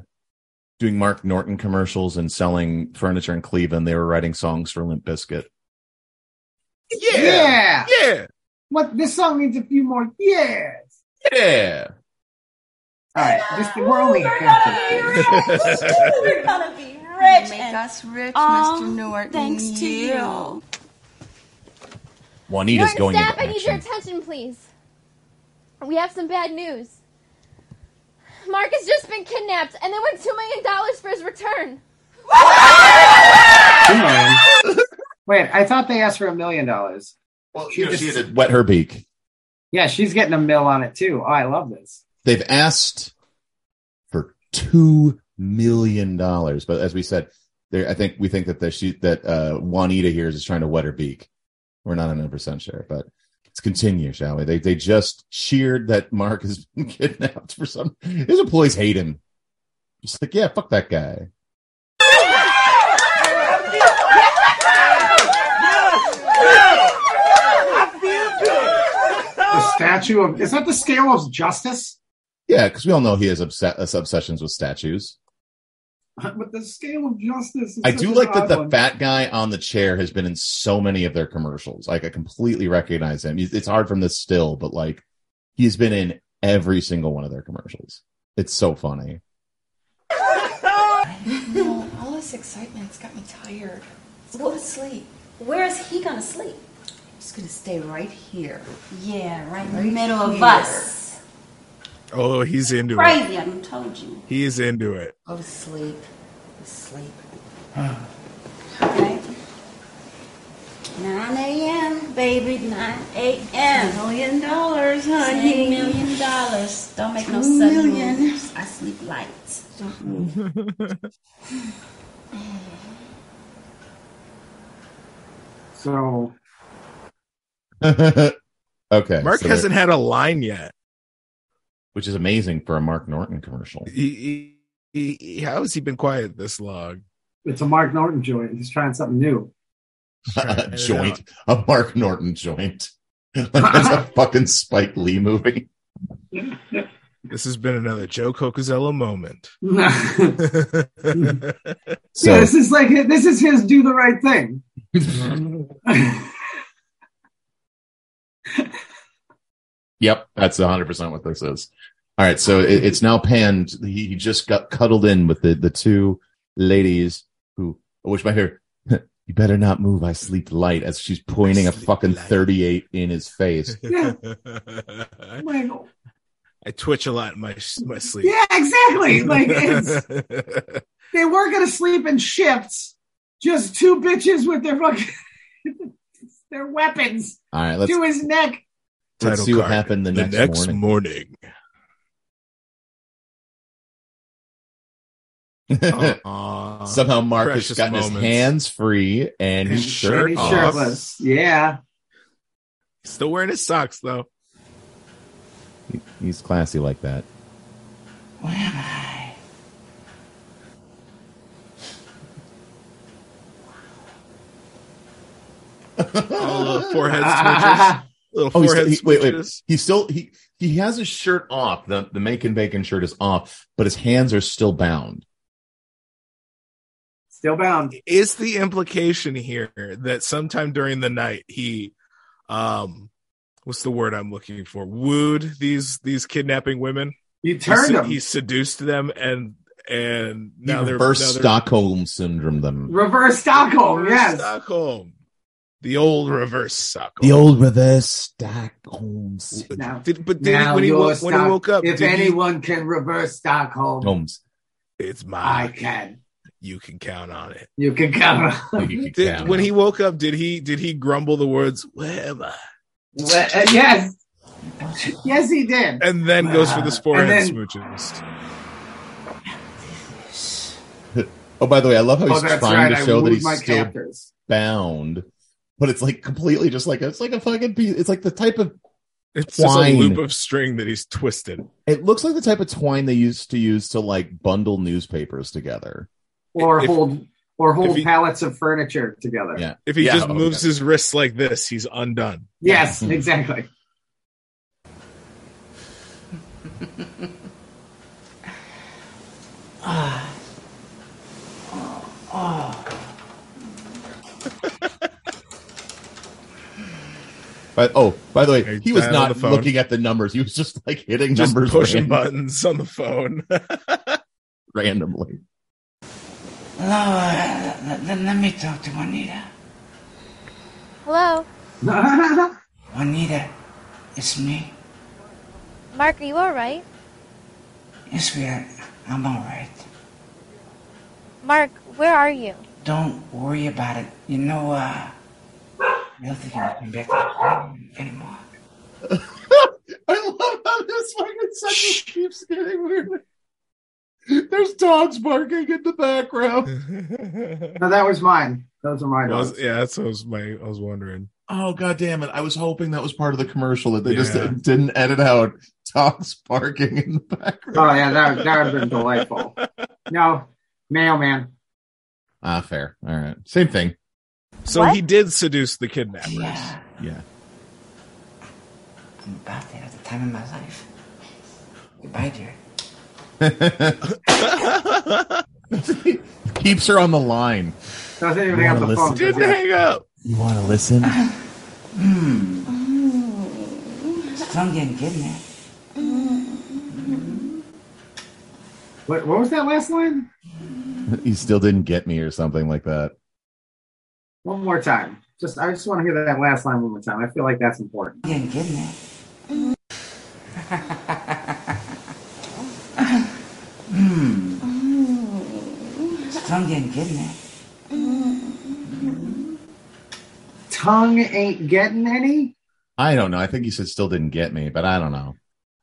doing Mark Norton commercials and selling furniture in Cleveland, they were writing songs for Limp Bizkit. Yeah, yeah, yeah. What this song needs a few more yeahs. Yeah. All right, this, we're only halfway through. We're gonna be rich Make and us rich, all Mr. Norton. thanks to you. Juanita's Norton going staff, into I need your action. attention, please. We have some bad news. Mark has just been kidnapped, and they want two million dollars for his return. Two million. Wait, I thought they asked for a million dollars. Well, She you know, she just- had to wet her beak. Yeah, she's getting a mill on it too. Oh, I love this. They've asked for two million dollars, but as we said, there I think we think that the she that uh, Juanita here is trying to wet her beak. We're not 100 percent sure, but let's continue, shall we? They they just cheered that Mark has been kidnapped for some. His employees hate him. Just like yeah, fuck that guy. The statue of is that the scale of justice? Yeah, because we all know he has obs- uh, obsessions with statues. But the scale of justice. is I such do an like that odd the one. fat guy on the chair has been in so many of their commercials. Like I completely recognize him. He's- It's hard from this still, but like he's been in every single one of their commercials. It's so funny. All this excitement's got me tired. Let's go to sleep. Where is he gonna sleep? I'm just gonna stay right here. Yeah, right in the Right middle of here. us. Oh, he's into it. Crazy, I done told you. He is into it. Go to sleep. Sleep. Okay. 9 a.m., baby, 9 a.m. Million dollars, honey. Million dollars. Don't make no sudden moves. I sleep light. Don't move. So okay. Mark so there- hasn't had a line yet. which is amazing for a Mark Norton commercial. He, he, he, how has he been quiet this long? it's a Mark Norton joint. He's trying something new. A joint. A Mark Norton joint. like that's a fucking Spike Lee movie. This has been another Joe Cocazello moment. yeah, So this is like this is his do the right thing. Yep, that's 100% what this is. All right, so it, it's now panned. He, he just got cuddled in with the, the two ladies who, which my favorite, you better not move. I sleep light as she's pointing a sleep fucking light. 38 in his face. I'm like, I twitch a lot in my my sleep. yeah, exactly. Like it's, they were gonna sleep in shifts. Just two bitches with their fucking their weapons All right, let's, to his neck. let's Title see what card. happened the, the next, next morning. morning. Aw. Somehow Mark Oh, has Precious gotten his moments. hands free and His his shirt shirt He's off. shirtless. Yeah. Still wearing his socks though. He's classy like that. Where am I? All the forehead twitches. Ah, Little Oh, he's forehead he, wait, wait. twitches. He still he he has his shirt off. The the Macon Bacon shirt is off, but his hands are still bound. still bound. Is the implication here that sometime during the night he, um, what's the word I'm looking for? Wooed these these kidnapping women. You He turned se- him. He seduced them and and now he they're reverse now they're- Stockholm syndrome them. Reverse Stockholm. Reverse Yes. Stockholm. The old reverse Stockholm. The old reverse Stockholm syndrome. Now- Did, but did he, Now when, he you're woke, when he Stock- woke up, If did he- anyone can reverse Stockholm, Holmes. it's I mine. can. You can count on it. You can come. Like you could Did, count. when he woke up, did he did he grumble the words "Where am I?" Well, uh, yes. Yes, he did. and then goes for the forehead then- smooches? oh, by the way, I love how Oh, he's that's trying right. to I show that wooed he's my still captors. bound, but it's like completely just like it's like a fucking piece. It's like the type of It's just a Twine. loop of string that he's twisted. it looks like the type of twine they used to use to like bundle newspapers together. Or If- hold or hold If he- pallets of furniture together. Yeah. If he Yeah, just oh, moves yeah. his wrists like this, he's undone. Yes, exactly. But oh, by the way, Okay, he was dial not the phone. looking at the numbers. He was just like hitting Just numbers pushing ran- buttons on the phone. randomly. Hello, uh, let, let- let me talk to Juanita. Hello, Juanita, it's me. Mark. Are you all right? Yes, we are. I'm alright. Mark, where are you? Don't worry about it. You know, uh, I don't think I'm coming back to the apartment anymore. I love how this fucking sentence keeps getting weirder. There's dogs barking in the background. No, that was mine. Those are my I was- dogs. yeah, that's what I was, my, I was wondering. Oh god damn it! I was hoping that was part of the commercial that they just Yeah. didn't, didn't edit out dogs barking in the background. Oh yeah, that that would have been delightful. No, mailman. Ah, fair. All right, same thing. So What? he did seduce the kidnappers. Yeah, Yeah. I'm about there at the time of my life. Goodbye, dear. Keeps her on the line. Doesn't even You have the wanna phone. Didn't hang up. You want to listen? Some getting kidnapped. What, what was that last line? you still didn't get me or something like that. One more time. Just I just want to hear that last line one more time. I feel like that's important. Getting Hmm. kidnapped. Hmm. Some getting kidnapped. Tongue ain't getting any. I don't know. I think you said still didn't get me, but I don't know.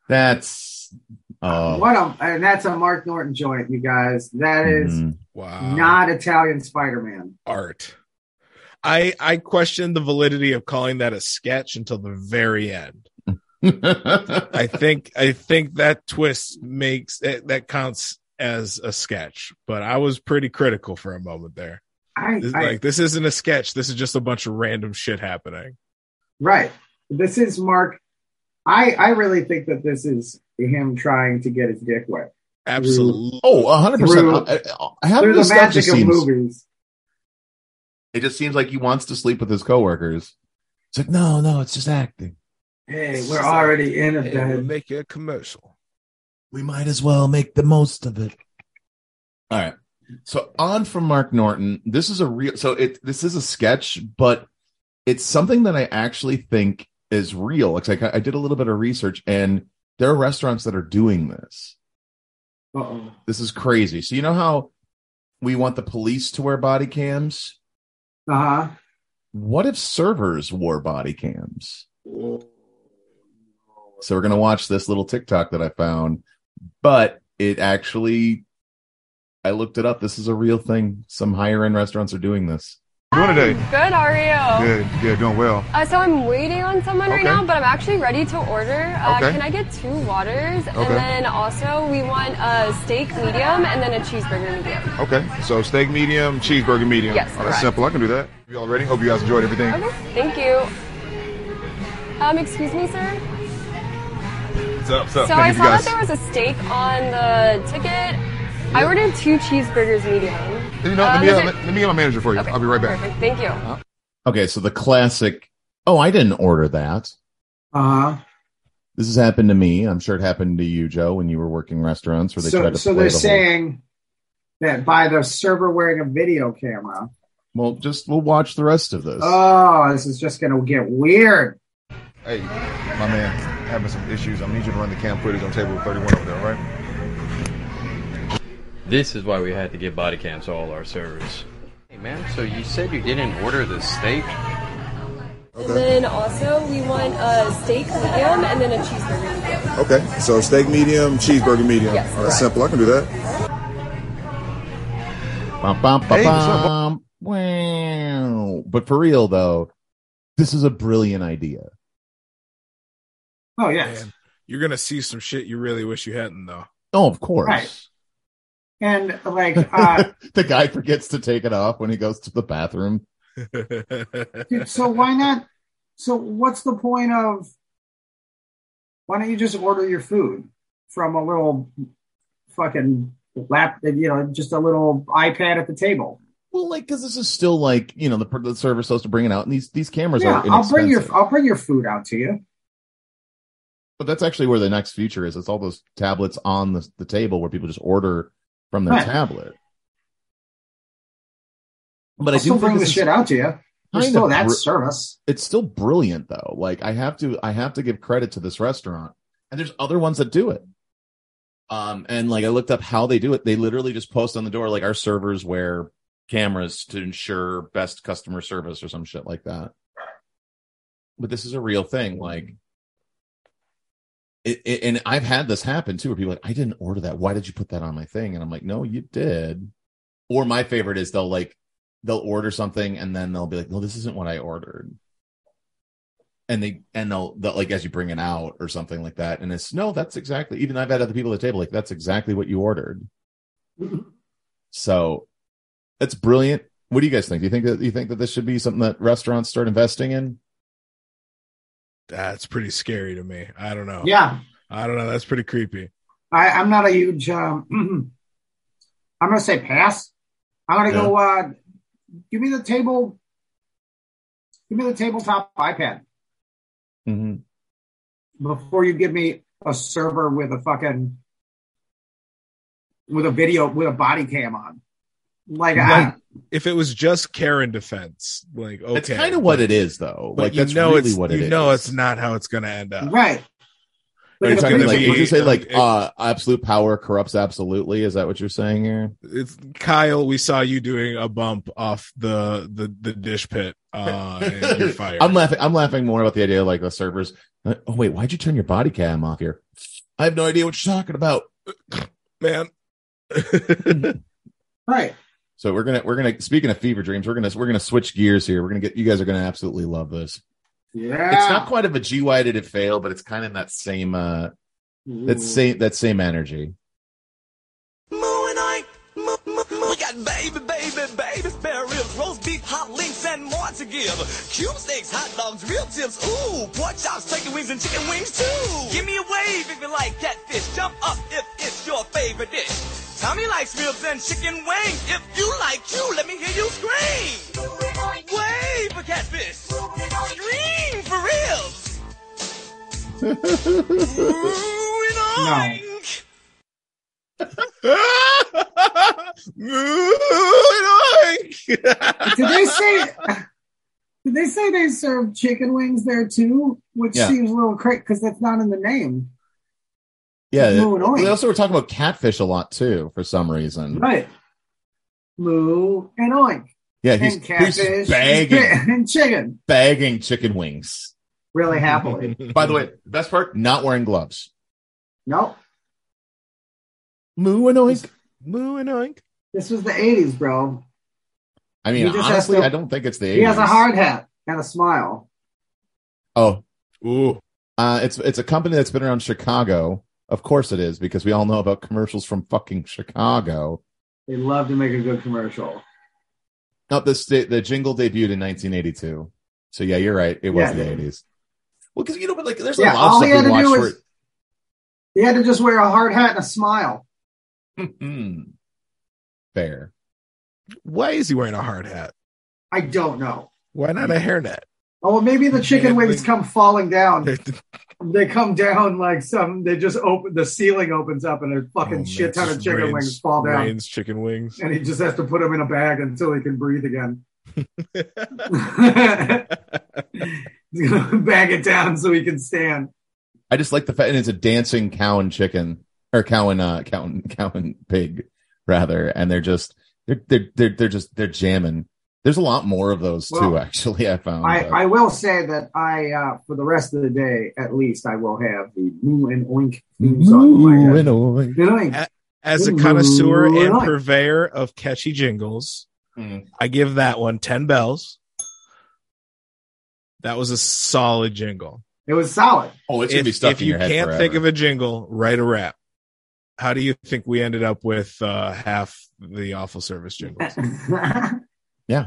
That's oh What a and that's a Mark Norton joint, you guys. That is mm. Wow. not Italian Spider Man. art. I I questioned the validity of calling that a sketch until the very end. mm. I think I think that twist makes that, that counts as a sketch, but I was pretty critical for a moment there. I, This- I like this isn't a sketch. This is just a bunch of random shit happening. right. This is Mark. I I really think that this is him trying to get his dick wet Absolutely. Oh, hundred percent. Through- Uh, uh, Half through of the this stuff magic just of seems. movies. It just seems like he wants to sleep with his coworkers. It's like no, no, it's just acting. Hey, we're already in a Hey, we'll bed. make it a commercial. We might as well make the most of it. All right. So on from Mark Norton, this is a real so it this is a sketch, but it's something that I actually think is real. It's like I, I did a little bit of research and there are restaurants that are doing this. Uh-oh. This is crazy. So you know how we want the police to wear body cams? Uh-huh. What if servers wore body cams? Uh-huh. So we're gonna watch this little TikTok that I found, but it actually, I looked it up. This is a real thing. Some higher end restaurants are doing this. Doing today. Good, how are you? Good, good, doing well. Uh, so I'm waiting on someone right Okay. now, but I'm actually ready to order. Uh, Okay. Can I get two waters? Okay. And then also we want a steak medium and then a cheeseburger medium. Okay, so steak medium, cheeseburger medium. Yes, oh, that's correct. simple. I can do that. You all ready? Hope you guys enjoyed everything. Okay, thank you. Um, excuse me, sir. What's up? What's up? so Thank I you saw guys. that there was a steak on the ticket. I ordered two cheeseburgers medium. you know, uh, let, me, is uh, it- let, let me get my manager for you. Okay, I'll be right back. Perfect. Thank you. Okay, so the classic. Oh, I didn't order that. Uh-huh. This has happened to me. I'm sure it happened to you, Joe, when you were working restaurants where they so tried to so play they're the whole- saying that by the server wearing a video camera. Well, just we'll watch the rest of this. Oh, this is just gonna get weird. Hey, my man, having some issues. I need you to run the cam footage on table 31 over there, all right? This is why we had to give body cams to all our servers. Hey, ma'am, so you said you didn't order the steak? And then also we want a steak medium and then a cheeseburger medium. Okay, so steak medium, cheeseburger medium. Yes, Oh, that's correct. simple. I can do that. Bum, bum, bum, Hey, what's up? bum. Wow. But for real though, this is a brilliant idea. Oh yes. Oh, Man, you're gonna see some shit you really wish you hadn't though. Oh, of course. Right. And like, uh, the guy forgets to take it off when he goes to the bathroom. dude, so why not? So what's the point of? Why don't you just order your food from a little fucking lap? You know, just a little iPad at the table. Well, like, because this is still like you know the, per- the server supposed to bring it out, and these these cameras Yeah, are. I'll bring your inexpensive. I'll bring your food out to you. But that's actually where the next future is. It's all those tablets on the, the table where people just order from their Right. tablet. But I'll I do still think bring the this shit is out to you. There's kind still of that br- service. It's still brilliant though. Like I have to I have to give credit to this restaurant. And there's other ones that do it. Um and like I looked up how they do it. They literally just post on the door like our servers wear cameras to ensure best customer service or some shit like that. But this is a real thing like it, it, and I've had this happen too, where people are like, I didn't order that. Why did you put that on my thing? And I'm like, no, you did. Or my favorite is they'll like, they'll order something and then they'll be like, no, this isn't what I ordered. And they, and they'll, they'll like, as you bring it out or something like that. And it's, no, that's exactly, even I've had other people at the table, like, that's exactly what you ordered. Mm-hmm. So it's brilliant. What do you guys think? Do you think that, you think that this should be something that restaurants start investing in? That's pretty scary to me. I don't know. Yeah. I don't know. That's pretty creepy. I, I'm not a huge. Um, I'm gonna say pass. I'm gonna go. Uh, give me the table. Give me the tabletop iPad Mm-hmm. before you give me a server with a fucking with a video with a body cam on. Like, I, Like, if it was just Karen defense, like okay, It's kind of what it is though. But like, you that's know really it's what it you is. know it's not how it's going to end up. right? Look Are you at the talking picture. like, would you say like It- uh, absolute power corrupts absolutely? Is that what you're saying here? It's Kyle. We saw you doing a bump off the the the dish pit. Uh, and you're fired. I'm laughing. I'm laughing more about the idea of like the servers. Like, oh wait, why'd you turn your body cam off here? I have no idea what you're talking about. man. right. So we're gonna we're gonna speaking of fever dreams, we're gonna we're gonna switch gears here. We're gonna get you guys are gonna absolutely love this. Yeah. It's not quite of a GY did it fail, but it's kind of that same uh that same that same energy. We got baby, baby, baby spare ribs, roast beef, hot links, and more to give. Cube steaks, hot dogs, real tips, ooh, pork chops, chicken wings, and chicken wings too. Give me a wave if you like catfish. Jump up if it's your favorite dish. Tommy likes ribs and chicken wings. If you like you, let me hear you scream. Wave for catfish. Scream for ribs. Moving on. did they say? Did they say they serve chicken wings there too? Which Yeah. seems a little crazy because that's not in the name, Yeah. Moving on. They also were talking about catfish a lot too for some reason. right? Moo and oink. Yeah, he's, and he's catfish bagging and chicken bagging chicken wings. really happily. By the way, the best part, not wearing gloves. No, Moo and oink. Moo and oink. this was the '80s, bro. I mean, He just has honestly, to- I don't think it's the 80s. He has a hard hat and a smile. Oh, ooh, uh, it's it's a company that's been around Chicago. Of course it is, because we all know about commercials from fucking Chicago. They love to make a good commercial. No, this the, the jingle debuted in 1982. So yeah, you're right. It was Yeah. the 80s. Well, because you know, but like, there's Yeah, a lot of all he had stuff we to watch do where. was he had to just wear a hard hat and a smile. Mm, fair. Why is he wearing a hard hat? I don't know. Why not a hairnet? Oh, well, maybe the chicken Yeah, wings we- come falling down. They come down like some. They just open. The ceiling opens up, and a Oh, fucking shit ton of Oh, Just chicken rains- wings fall down. rains chicken wings. And he just has to put them in a bag until he can breathe again. He's gonna bag it down so he can stand. I just like the fact, and it's a dancing cow and chicken, or cow and uh, cow and cow and pig, rather. And they're just they're they're they're, they're just they're jamming. There's a lot more of those too. Well, Actually, I found. I, but- I will say that I, uh, for the rest of the day, at least, I will have the moo and oink theme song. in my Ooh, head. and oh, and- Moo and oink. As a Moo connoisseur and and oink. purveyor of catchy jingles, Mm. I give that one 10 bells. That was a solid jingle. it was solid. Oh, it's gonna be stuck if in you your head can't forever. think of a jingle, write a rap. How do you think we ended up with uh, half the awful service jingles? Yeah.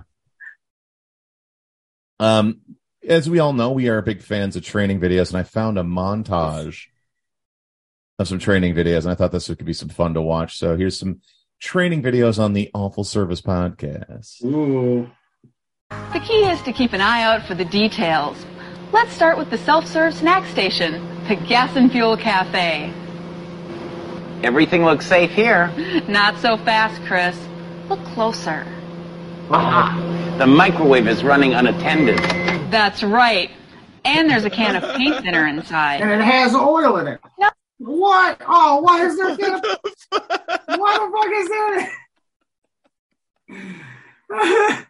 Um, as we all know, we are big fans of training videos, and I found a montage of some training videos, and I thought this could be some fun to watch. So here's some training videos on the Awful Service podcast. Ooh. The key is to keep an eye out for the details. Let's start with the self-serve snack station, the Gas and Fuel Cafe. Everything looks safe here. Not so fast, Chris. Look closer. Ah. Aha! The microwave is running unattended. That's right. And there's a can of paint thinner inside. And it has oil in it. No. What? Oh, why is there? Gonna... Why the fuck is there?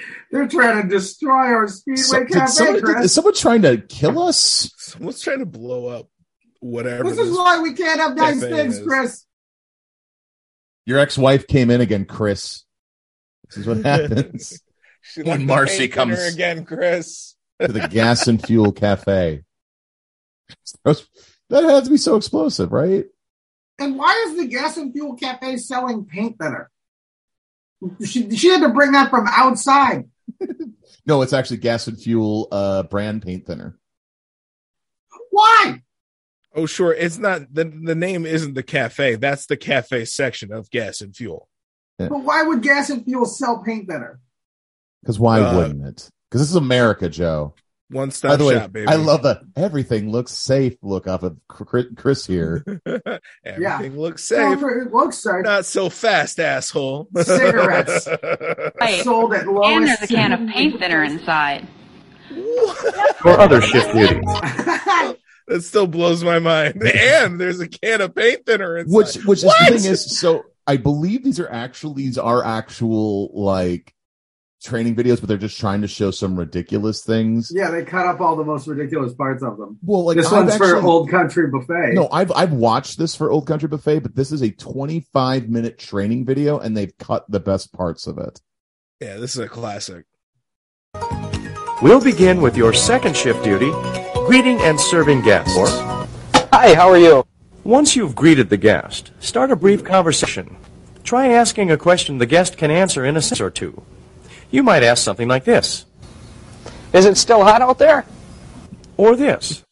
They're trying to destroy our Speedway So, did Cafe, somebody- Chris. did- is someone trying to kill us? Someone's trying to blow up whatever. This is why we can't have nice Cafe things, is- Chris. Your ex-wife came in again, Chris. This is what happens She When left the Marcy paint thinner comes- again, Chris. to the gas and fuel cafe. That has to be so explosive, right? And why is the Gas and Fuel Cafe selling paint thinner? She, she had to bring that from outside. No, it's actually gas and fuel uh, brand paint thinner. Why? Oh, sure. It's not the the name isn't the cafe. That's the cafe section of gas and fuel. But why would Gas and Fuel sell paint thinner? Because why Uh, wouldn't it? Because this is America, Joe. One By stop the way, shop, baby. I love that everything looks safe. Look off of Chri- Chris here. Everything looks Well, safe. it looks safe. Not so fast, asshole. Cigarettes. Sold at lowest. And there's a can of paint thinner inside. or other shift duties. that still blows my mind. And there's a can of paint thinner inside. which which is the What? thing is so I believe these are actually these are actual like training videos, but they're just trying to show some ridiculous things. Yeah, they cut up all the most ridiculous parts of them. Well, like, this I've one's for actually- Old Country Buffet. No, I've I've watched this for Old Country Buffet, but this is a 25 minute training video, and they've cut the best parts of it. Yeah, this is a classic. We'll begin with your second shift duty, greeting and serving guests. Hi, how are you? Once you've greeted the guest, start a brief conversation. Try asking a question the guest can answer in a sentence or two. You might ask something like this Is it still hot out there? Or this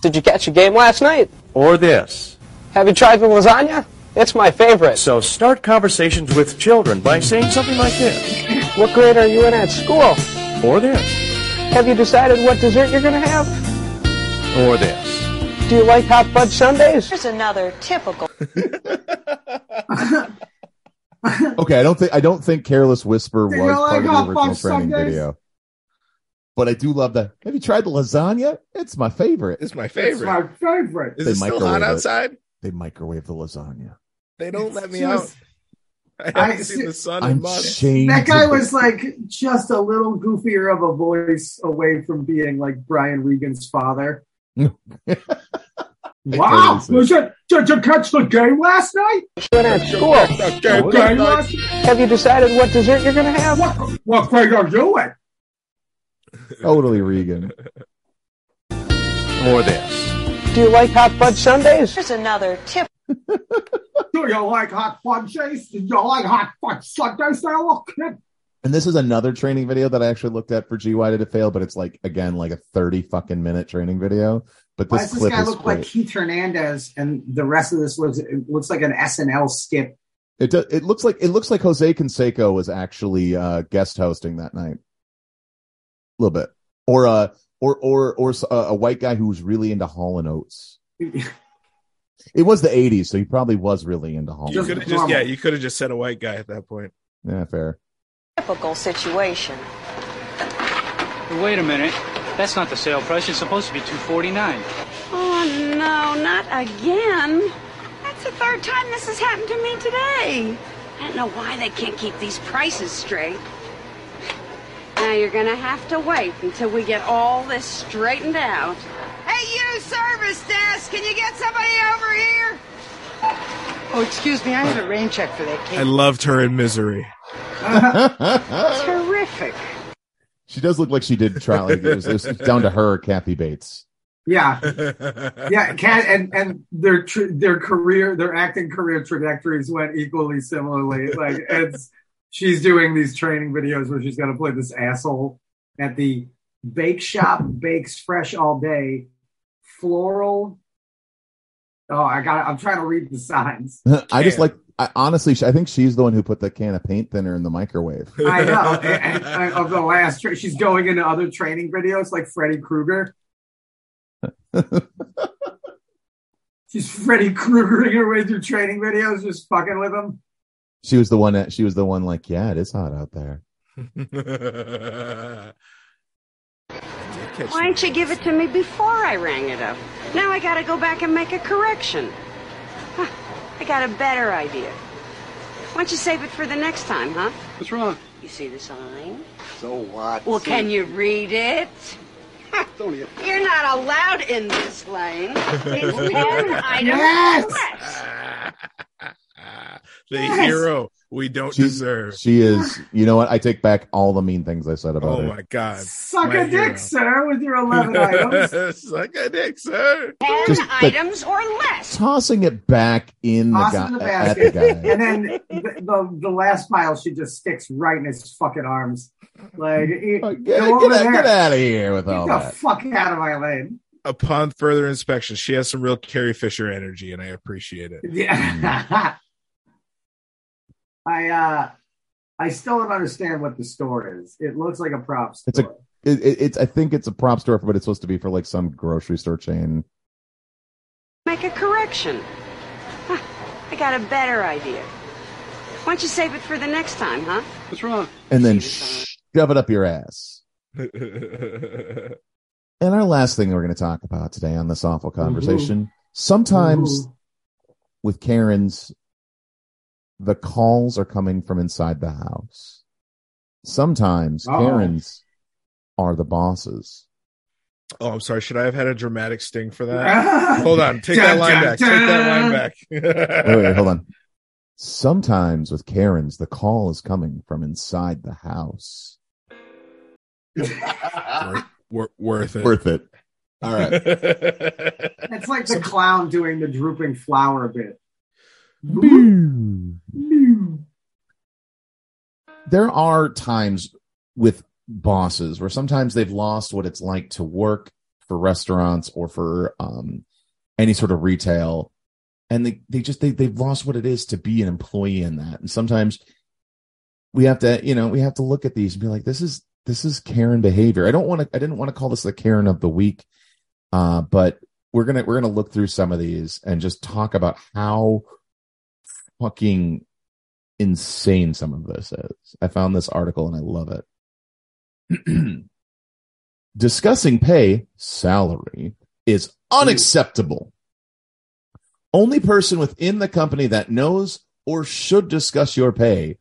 Did you catch a game last night? Or this Have you tried the lasagna? It's my favorite. So start conversations with children by saying something like this What grade are you in at school? Or this Have you decided what dessert you're going to have? Or this. Do you like hot fudge sundaes? Here's another typical. Okay, I don't think I don't think Careless Whisper Do was you like "Oh, part of hot the original fudge training sundaes? video, but I do love that. Have you tried the lasagna? It's my favorite. It's my It's favorite. my favorite. Is it still hot microwave it. outside? They microwave the lasagna. They don't let me out. Just- I I haven't seen the sun in I'm months. changed. That guy was like just a little goofier of a voice away from being like Brian Regan's father. wow! totally Did you, did you catch the game last night? You're at school. The game last Have you decided what dessert you're going to have? What, what grade are you in? totally Regan. Or this. Do you like hot fudge sundaes? Here's another tip. Do you like hot fudges? Do you like hot fudge sundaes now, little kid? And this is another training video that I actually looked at for G. Why did it fail? But it's like again like a thirty fucking minute training video. But Why this does this clip guy is look great. like Keith Hernandez, and the rest of this looks it looks like an SNL skit? It does, it looks like it looks like Jose Canseco was actually uh, guest hosting that night. A little bit, or uh, or or or s- uh, a white guy who was really into Hall and Oates. It was the '80s, so he probably was really into Hall. You and could have Oates. just yeah, you could have just said a white guy at that point. yeah, fair. Typical situation. Wait a minute. That's not the sale price. It's supposed to be 249. Oh no, not again. That's the third time this has happened to me today. I don't know why they can't keep these prices straight. Now you're gonna have to wait until we get all this straightened out. Hey, you service desk, can you get somebody over here? Oh, excuse me, I have a rain check for that cake. I loved her in misery. Terrific. She does look like she did try. Like it, was, it was down to her, Kathy Bates. Yeah, yeah. Cat and and their tr- their career, their acting career trajectories went equally similarly. Like it's she's doing these training videos where she's going to play this asshole at the bake shop bakes fresh all day floral. Oh, I got. I'm trying to read the signs. I just like. I, honestly, I think she's the one who put the can of paint thinner in the microwave. I know. And- and of the last, tra- she's going into other training videos like Freddy Krueger. she's Freddy Kruegering her way through training videos, just fucking with him. She was the one that she was the one like, yeah, it is hot out there. Why didn't you give it to me before I rang it up? Now I gotta go back and make a correction. Huh, I got a better idea. Why don't you save it for the next time, huh? What's wrong? You see the sign? So what? Well, can you read it? It's only a You're not allowed in this lane. It's an item. Yes! the Yes. hero we don't She- deserve. She is. You know what? I take back all the mean things I said about Oh her. my god. Suck My a dick, sir, with your 11 items. Suck a dick, sir. Ten Just the- items or less. Tossing it back in the, Toss guy, in the at basket. the guy. and then the, the, the last mile, she just sticks right in his fucking arms. Like, get, Get, over get, there. get out of here with all Get the that. fuck out of my lane. Upon further inspection, she has some real Carrie Fisher energy, and I appreciate it. Mm. Yeah. I uh I still don't understand what the store is. It looks like a prop store. It's a. It, it- it's. I think it's a prop store, but it's supposed to be for like some grocery store chain. Make a correction. Huh, I got a better idea. Why don't you save it for the next time, huh? What's wrong? and then shove it up your ass. And our last thing we're going to talk about today on this Mm-hmm. awful conversation sometimes with Karen's, the calls are coming from inside the house. Sometimes Uh-oh. Karen's are the bosses. Oh, I'm sorry. Should I have had a dramatic sting for that? Hold on. Take that Dun, line dun, back. Take that line dun. back. Wait, wait, hold on. Sometimes with Karen's, the call is coming from inside the house. Wor- worth it. Worth it. All right. It's like the clown doing the drooping flower bit. there are times with bosses where sometimes they've lost what it's like to work for restaurants or for um, any sort of retail and they, they just they, they've lost what it is to be an employee in that and sometimes we have to you know we have to look at these and be like this is this is karen behavior i don't want to i didn't want to call this the karen of the week uh, but we're gonna we're gonna look through some of these and just talk about how fucking insane some of this is. I found this article and I love it. Discussing pay salary is unacceptable. Only person within the company that knows or should discuss your pay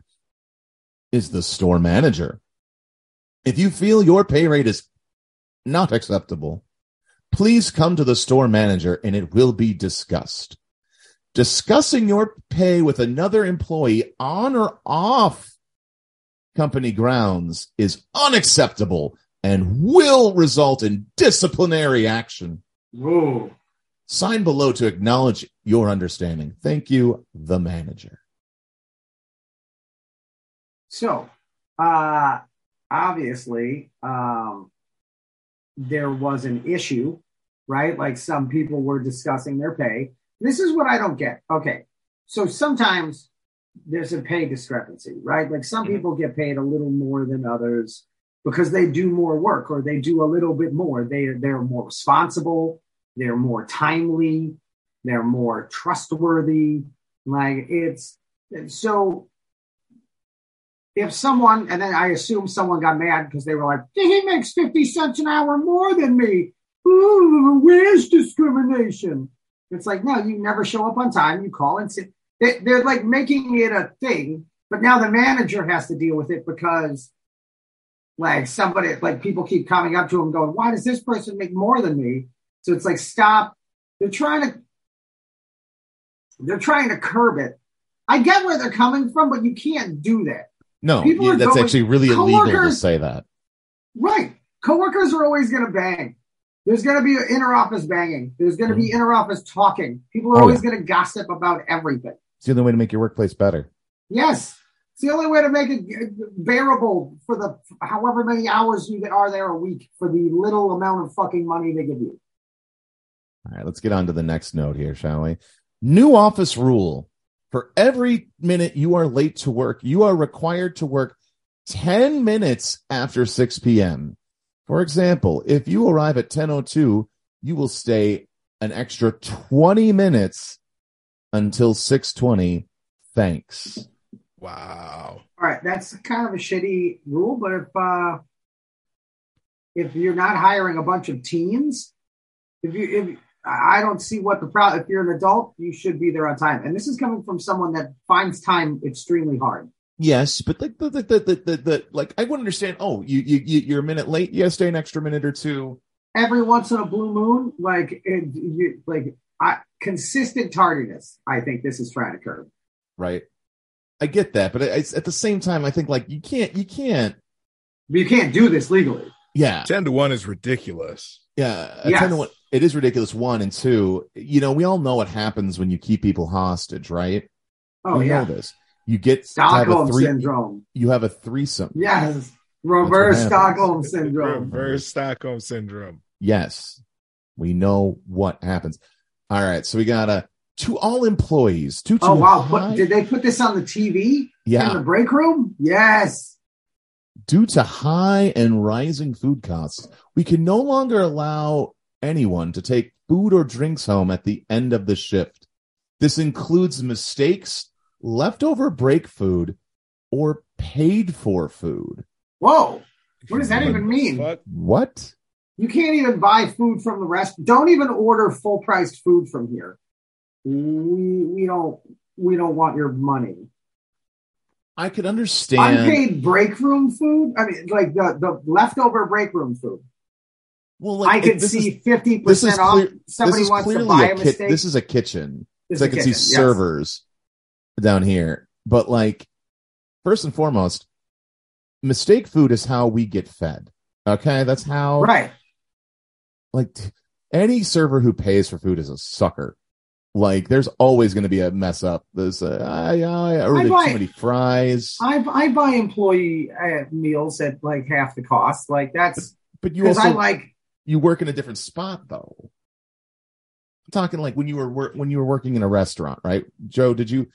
is the store manager. If you feel your pay rate is not acceptable, please come to the store manager and it will be discussed discussing your pay with another employee on or off company grounds is unacceptable and will result in disciplinary action. Whoa. Sign below to acknowledge your understanding. Thank you, the manager. So, uh, obviously, um, there was an issue, right? Like some people were discussing their pay. This is what I don't get. Okay. So sometimes there's a pay discrepancy, right? Like some people get paid a little more than others because they do more work or they do a little bit more. They, they're more responsible. They're more timely. They're more trustworthy. Like it's so if someone, and then I assume someone got mad because they were like, he makes 50 cents an hour more than me. Ooh, where's discrimination? It's like, no, you never show up on time. You call and sit. They, they're like making it a thing, but now the manager has to deal with it because like somebody, like people keep coming up to him going, why does this person make more than me? So it's like, stop. They're trying to, they're trying to curb it. I get where they're coming from, but you can't do that. No, People you- are that's going- actually really illegal to coworkers- say that. Right. Coworkers are always going to bang. There's going to be inner office banging. There's going to be inner office talking. People are Mm. Oh, always yeah. going to gossip about everything. It's the only way to make your workplace better. Yes. It's the only way to make it uh, bearable for the however many hours you get are there a week for the little amount of fucking money they give you. All right, let's get on to the next note here, shall we? New office rule. For every minute you are late to work, you are required to work 10 minutes after 6 p.m. For example, if you arrive at 10:02, you will stay an extra 20 minutes until 6:20. Thanks. Wow. All right, that's kind of a shitty rule, but if uh, if you're not hiring a bunch of teens, if you if I I don't see what the problem. If you're an adult, you should be there on time. And this is coming from someone that finds time extremely hard. Yes, but like the the the the, the, the like I wouldn't understand. Oh, you you you- you're a minute late. Yeah, stay an extra minute or two. Every once in a blue moon, like it, you, like I, consistent tardiness. I think this is trying to curb. right? I get that, but it's, at the same time, I think like you can't, you can't, you can't do this legally. Yeah, ten to one is ridiculous. yeah. I Yes. tell you what, it is ridiculous. One and two, you know, we all know what happens when you keep people hostage, right? Oh, we yeah. know this. You get to have a Stockholm three- syndrome. You have a threesome. Yes, reverse happens. Stockholm syndrome. Reverse Stockholm syndrome. Yes, we know what happens. All right, so we got a to all employees. To, to Oh wow! high- Put, did they put this on the TV? Yeah. In the break room? Yes. Due to high and rising food costs, we can no longer allow anyone to take food or drinks home at the end of the shift. This includes mistakes, leftover break food, or paid for food. Whoa. What does that even mean? What? You can't even buy food from the rest. Don't even order full priced food from here. We we don't we don't want your money. I could understand. Unpaid break room food. I mean, like the the leftover break room food. Well, I like, could this see is- fifty This is, percent off. clear- this Somebody is wants to clearly buy a a, kit- mistake. This is a kitchen. This is so I a can kitchen, see yes. servers down here. But like, first and foremost, mistake food is how we get fed. Okay, that's how. Right. Like t- any server who pays for food is a sucker. Like, there's always going to be a mess up. There's uh, I I I ordered buy- too many fries. I I buy employee uh, meals at like half the cost. Like that's But you 'cause also I like you work in a different spot though. I'm talking like when you were wor- when you were working in a restaurant, right? Joe, did you?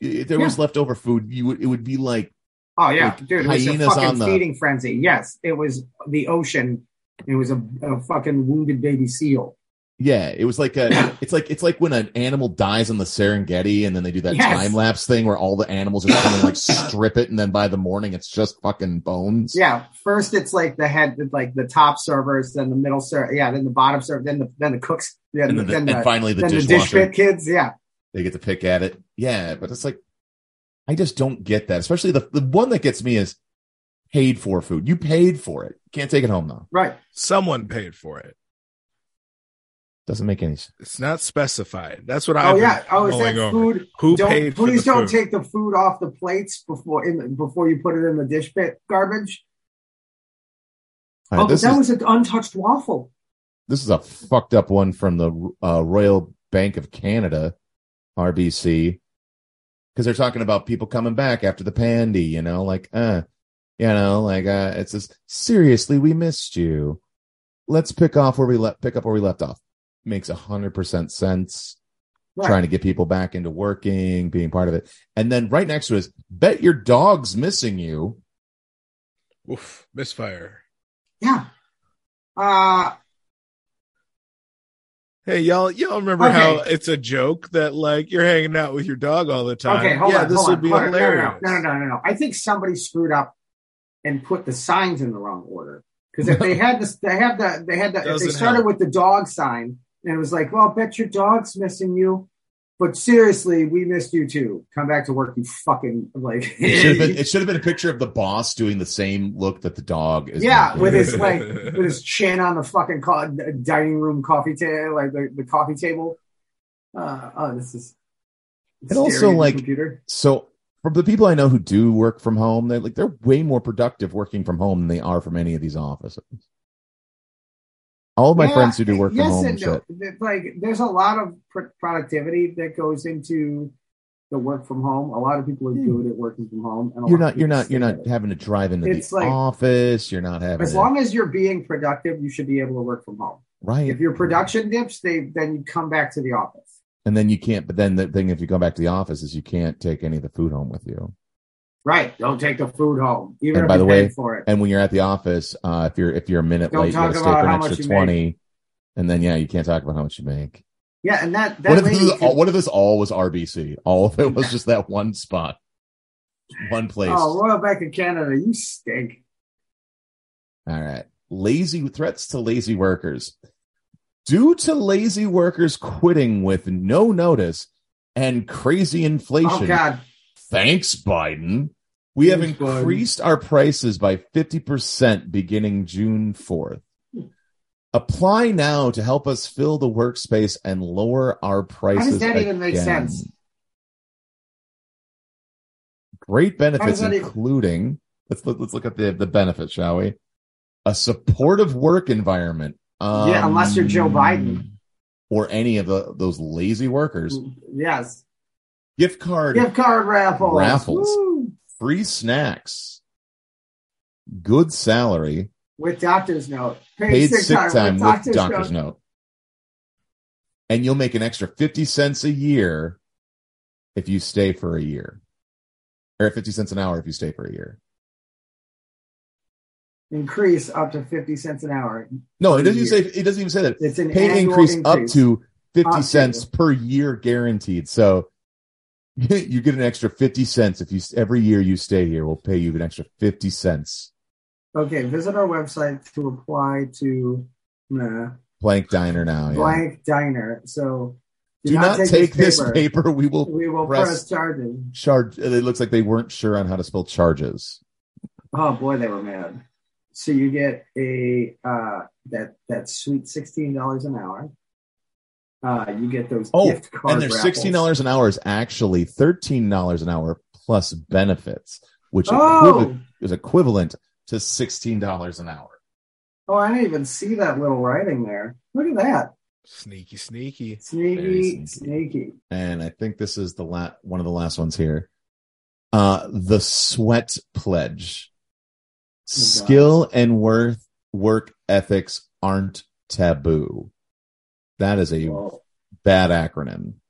If there was leftover food, you would it would be like Oh yeah, like dude, it was a hyenas on fucking the feeding frenzy. Yes, it was the ocean. It was a, a fucking wounded baby seal. yeah. It was like a it's like it's like when an animal dies on the Serengeti, and then they do that Yes. time lapse thing where all the animals just come and like strip it, and then by the morning it's just fucking bones. Yeah, first it's like the head, like the top servers, then the middle server, yeah, then the bottom server, then the then the cooks, then, And then the- then and finally the then dish dishwasher. pit kids. Yeah, They get to pick at it. Yeah, but it's like I just don't get that. Especially the the one that gets me is paid for food. You paid for it. Can't take it home though. right. Someone paid for it. Doesn't make any sense. It's not specified. That's what oh I've been yeah. Oh, is mulling that over. food? Who don't, paid for Please the don't food? take the food off the plates before in, before you put it in the dish pit garbage. All right, oh, but this that is- was an untouched waffle. This is a fucked up one from the uh, Royal Bank of Canada, RBC, because they're talking about people coming back after the pandy, you know, like, uh, you know, like, uh, it says, seriously, we missed you. Let's pick off where we left, pick up where we left off. Makes a hundred percent sense. Right. Trying to get people back into working, being part of it. And then right next to it is bet your dog's missing you. Oof, misfire. Yeah. Uh Hey y'all, y'all remember Okay. how it's a joke that like you're hanging out with your dog all the time? Okay, hold yeah, on. this hold would on, be hold on. No, no, hilarious. No no, no, no, no, no. I think somebody screwed up and put the signs in the wrong order because if they had this, they had the, they had the. If they Doesn't started help. with the dog sign and it was like, well, bet your dog's missing you. But seriously, we missed you too. Come back to work, you fucking like. It should have been, it should have been a picture of the boss doing the same look that the dog is. yeah, making. with his like with his chin on the fucking co- dining room coffee table, like the, the coffee table. Uh, oh, this is. and also staring at the like computer. so from the people i know who do work from home they're like they're way more productive working from home than they are from any of these offices All of my Yeah, eh, friends who do work from yes home and and no. shit. Th- Like, there's a lot of pr- productivity that goes into the work from home. A lot of people are good at working from home, and a Hmm. You're lot not. of You're people not. You're stay not having to drive into It's the like- office. You're not having. As to- long as you're being productive, you should be able to work from home. Right. If your production dips, they then you come back to the office. and then you can't. But then the thing, if you come back to the office, is you can't take any of the food home with you. Right. Don't take the food home, even and if by you the paid way, for it. and when you're at the office, uh, if you're if you're a minute Don't late, you talk got to stay about for how an much extra you make. twenty. And then yeah, you can't talk about how much you make. Yeah, and that that What if, this lady is all, what if this all was RBC? All of it was just that one spot, one place. Oh, Royal Bank of Canada, you stink. All right. Lazy threats to lazy workers. Due to lazy workers quitting with no notice and crazy inflation. Oh, God. Thanks, Biden. We have Thanks, Biden. increased our prices by 50% beginning June 4th. Apply now to help us fill the workspace and lower our How prices. does that even make again. sense? Great How does benefits, that e- even- including let's look, let's look at the the benefits, shall we? A supportive work environment. yeah, unless you're Joe um, Biden. Mm. or any of the, those lazy workers. Yes. Gift card Gift card raffles. raffles, Woo! free snacks, good salary, With doctor's note. paid sick time with doctor's note. note, and you'll make an extra fifty cents a year if you stay for a year, or fifty cents an hour if you stay for a year. Increase up to 50 cents an hour. No, it per doesn't year. even say. It doesn't even say that. It's an Pay annual increase, up increase. to fifty Up to. cents per year, guaranteed. So you get an extra fifty cents if you every year you stay here. We'll pay you an extra fifty cents. Okay, visit our website to apply to nah, Blank diner now. Oh, Yeah. blank diner. So Do not take this paper. We will we will press- press, charges. Charge. It looks like they weren't sure on how to spell charges. Oh boy, they were mad. So you get a uh, that that sweet sixteen dollars an hour. Uh, you get those Oh, gift card and their raffles. sixteen dollars an hour is actually thirteen dollars an hour plus benefits, which Oh! equiv- is equivalent to sixteen dollars an hour. Oh, I didn't even see that little writing there. Look at that, Sneaky, sneaky. sneaky, sneaky. and I think this is the la- one of the last ones here. Uh, the sweat pledge. Skill and worth work ethics aren't taboo. That is a bad acronym. Oh,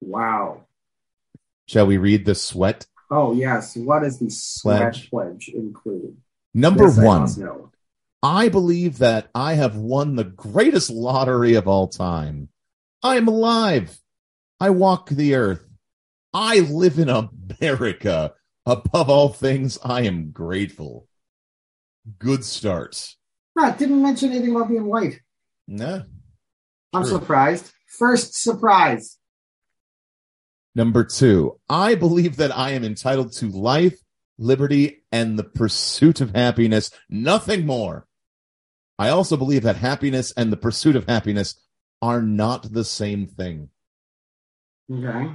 Wow. Shall we read the sweat? Oh yes. What does the sweat Pledge. pledge, include? Number This I one. must know. I believe that I have won the greatest lottery of all time. I am alive. I walk the earth. I live in America. Above all things, I am grateful. Good start. No, Ah, it didn't mention anything about being white. No. I'm True. surprised. First surprise. Number two, I believe that I am entitled to life, liberty, and the pursuit of happiness, nothing more. I also believe that happiness and the pursuit of happiness are not the same thing. Okay.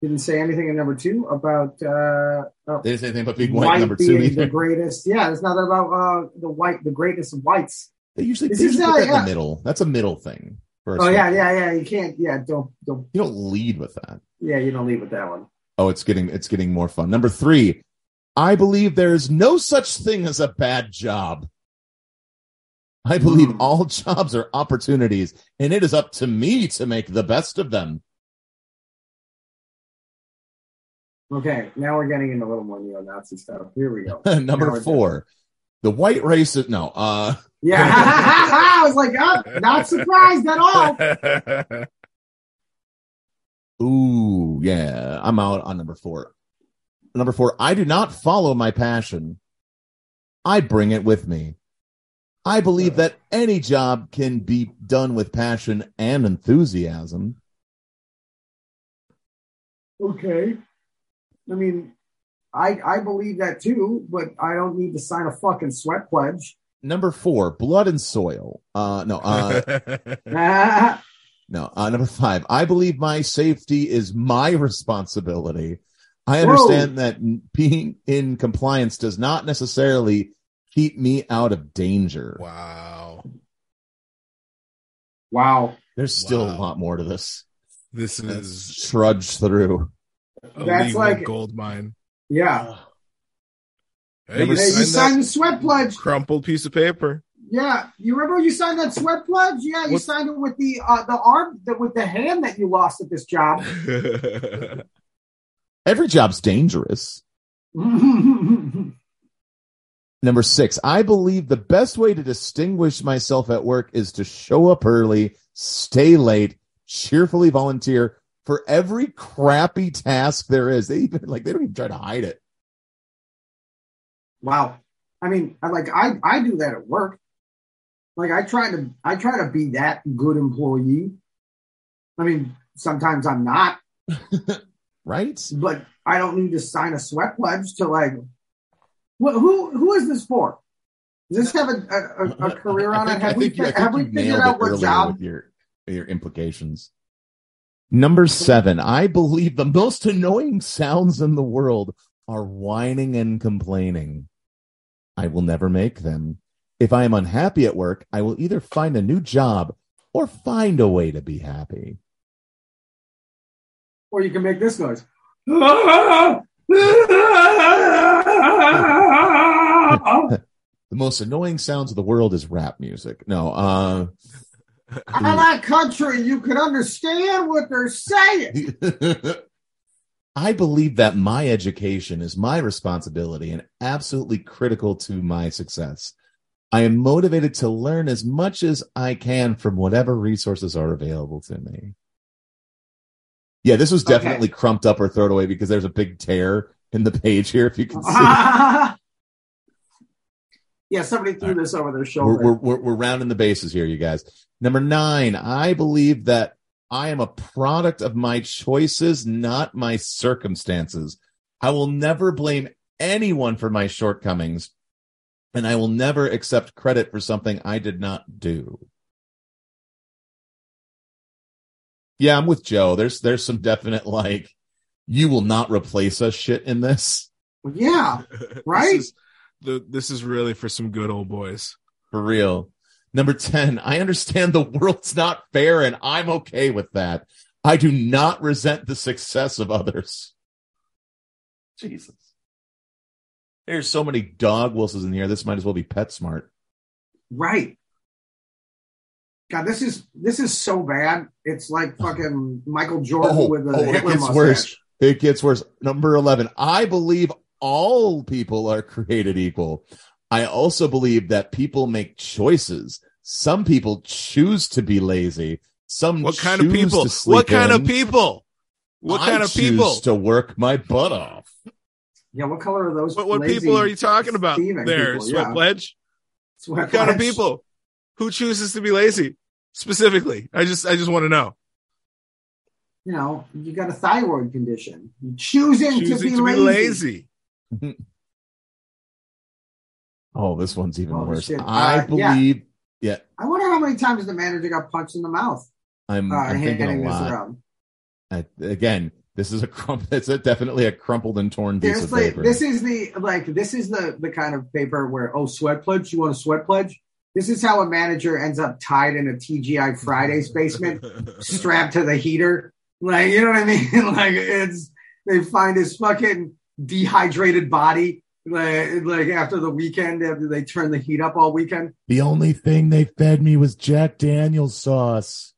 Didn't say anything in number two about. Uh, uh, They didn't say anything about being white, white number two being either. The greatest. Yeah, there's nothing about uh, the white, the greatness of whites. They usually, This they is usually not- put that in yeah. the middle. That's a middle thing. for a Oh yeah, second. yeah, yeah. You can't. Yeah, don't, don't. You don't lead with that. Yeah, you don't leave with that one. Oh, it's getting it's getting more fun. Number three, I believe there is no such thing as a bad job. I believe all jobs are opportunities, and it is up to me to make the best of them. Okay, now we're getting into a little more neo-Nazi stuff. Here we go. Now Number we're- four, the white race is no. Uh, Yeah, I was like, oh, not surprised at all. Ooh, yeah. I'm out on number four. Number four, I do not follow my passion. I bring it with me. I believe that any job can be done with passion and enthusiasm. Okay. I mean, I I believe that too, but I don't need to sign a fucking sweat pledge. Number four, blood and soil. Uh, no, uh, Ah, no. Uh, number five, I believe my safety is my responsibility. I Whoa. understand that being in compliance does not necessarily keep me out of danger. Wow. Wow. There's still a lot more to this. This is trudge through. A That's legal like- gold mine. Hey, Yeah. Hey, Uh, you you signed signed that the sweat pledge. crumpled piece of paper. Yeah, you remember you signed that sweat pledge? Yeah, you What- signed it with the uh, the arm, the, with the hand that you lost at this job. Every job's dangerous. Number six, I believe the best way to distinguish myself at work is to show up early, stay late, cheerfully volunteer for every crappy task there is. They even like they don't even try to hide it. wow. I mean, I like I I do that at work. Like I try to I try to be that good employee. I mean, sometimes I'm not. right? But I don't need to sign a sweat pledge to like wh- who who is this for? Does this have a, a, a, a career on it? Have we fi- have we figured out what job with your your implications. Number seven, I believe the most annoying sounds in the world are whining and complaining. I will never make them. If I am unhappy at work, I will either find a new job or find a way to be happy. or you can make this noise. I The most annoying sounds of the world is rap music. No, uh, like country. You can understand what they're saying. I believe that my education is my responsibility and absolutely critical to my success. I am motivated to learn as much as I can from whatever resources are available to me. Yeah, this was definitely crumped up or thrown away because there's a big tear in the page here. If you can see, yeah, somebody threw this over their we're, shoulder. we're, we're, we're rounding the bases here, you guys. Number nine, I believe that I am a product of my choices, not my circumstances. I will never blame anyone for my shortcomings, and I will never accept credit for something I did not do. Yeah, I'm with Joe. There's there's some definite like you will not replace us shit in this. yeah, right? This is, the, this is really for some good old boys. For real. Number 10, I understand the world's not fair and I'm okay with that. I do not resent the success of others. Jesus. There's so many dog whistles in here. This might as well be PetSmart. Right. God, this is this is so bad. It's like fucking Michael Jordan Uh-huh. Oh, with a oh, it Hitler gets mustache. worse. It gets worse. Number 11, I believe all people are created equal. I also believe that people make choices. Some people choose to be lazy. Some What kind of people? What kind of people? What kind of people? to work my butt off? Yeah, what color are those? What, what lazy people are you talking about thieving there, people? Sweat Yeah. Pledge? Sweat what kind of pledge. people? Who chooses to be lazy? Specifically, I just I just want to know. You know, you got a thyroid condition. You're choosing, to Choosing be to be lazy. lazy. Oh, this one's even Holy worse. shit. I Uh, yeah. believe. Yeah, I wonder how many times the manager got punched in the mouth. I'm, uh, I'm thinking a handing this lot. around. I, again, this is a crump. It's a, definitely a crumpled and torn piece of Seriously, paper. this is the like this is the the kind of paper where oh sweat pledge, you want a sweat pledge? This is how a manager ends up tied in a TGI Fridays basement, strapped to the heater. Like you know what I mean? like it's they find his fucking dehydrated body like, like after the weekend after they turn the heat up all weekend. the only thing they fed me was Jack Daniel's sauce.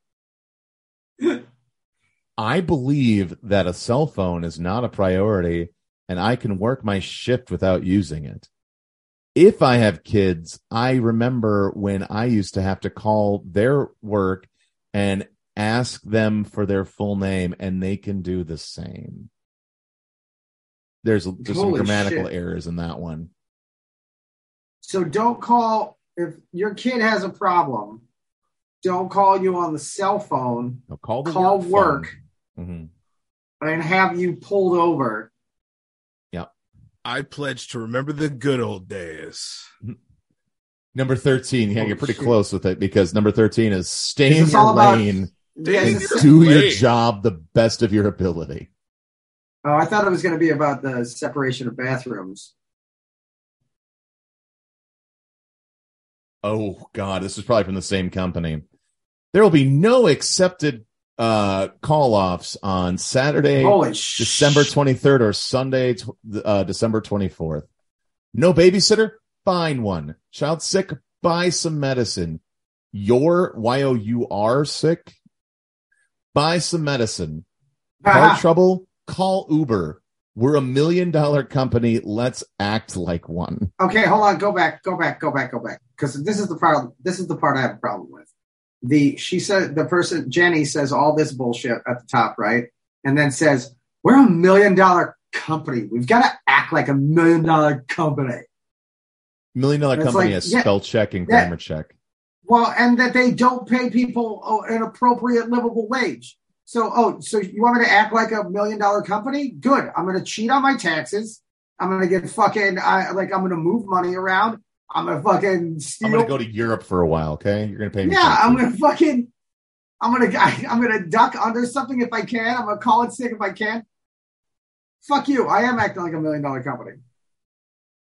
I believe that a cell phone is not a priority and I can work my shift without using it. If I have kids, I remember when I used to have to call their work and ask them for their full name and they can do the same. There's, there's some Holy grammatical shit. errors in that one. So don't call if your kid has a problem. Don't call you on the cell phone. No, call the Call phone. work. Mhm. and have you pulled over. I pledge to remember the good old days. Number 13. Yeah, Holy you're pretty shit. close with it because number 13 is stay in It's your all about- lane Yeah, and it's- do your Lane. job the best of your ability. Oh, I thought it was going to be about the separation of bathrooms. Oh, God. This is probably from the same company. There will be no accepted uh, call offs on Saturday, Holy December 23rd, or Sunday, tw- uh, December 24th. No babysitter? Find one. Child sick? Buy some medicine. Your Y O U R sick? Buy some medicine. Car trouble? Call Uber. We're a million dollar company. Let's act like one. Okay, hold on. Go back. Go back. Go back. Go back. Because this is the part. This is the part I have a problem with. The she said the person Jenny says all this bullshit at the top right, and then says we're a million dollar company. We've got to act like a million dollar company. Million dollar It's company like, has yeah, spell check and yeah. grammar check. Well, and that they don't pay people oh, an appropriate livable wage. So, oh, so you want me to act like a million dollar company? Good. I'm going to cheat on my taxes. I'm going to get fucking I, like I'm going to move money around. I'm going to fucking steal. I'm going to go to Europe for a while. Okay, you're going to pay me. yeah, taxes. I'm going to fucking. I'm gonna I, I'm gonna duck under something if I can. I'm gonna call it sick if I can. Fuck you! I am acting like a million dollar company.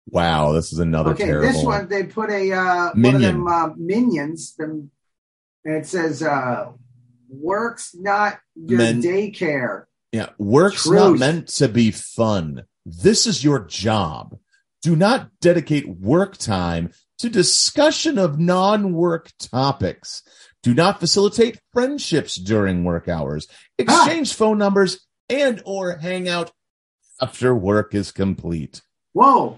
Wow, this is another okay, terrible. this one they put a uh, one of Minion. them uh, minions, them, and it says uh, "works not your Men- daycare." Yeah, work's Truth. not meant to be fun. This is your job. Do not dedicate work time to discussion of non-work topics. Do not facilitate friendships during work hours. Exchange phone numbers and or hang out after work is complete. Whoa!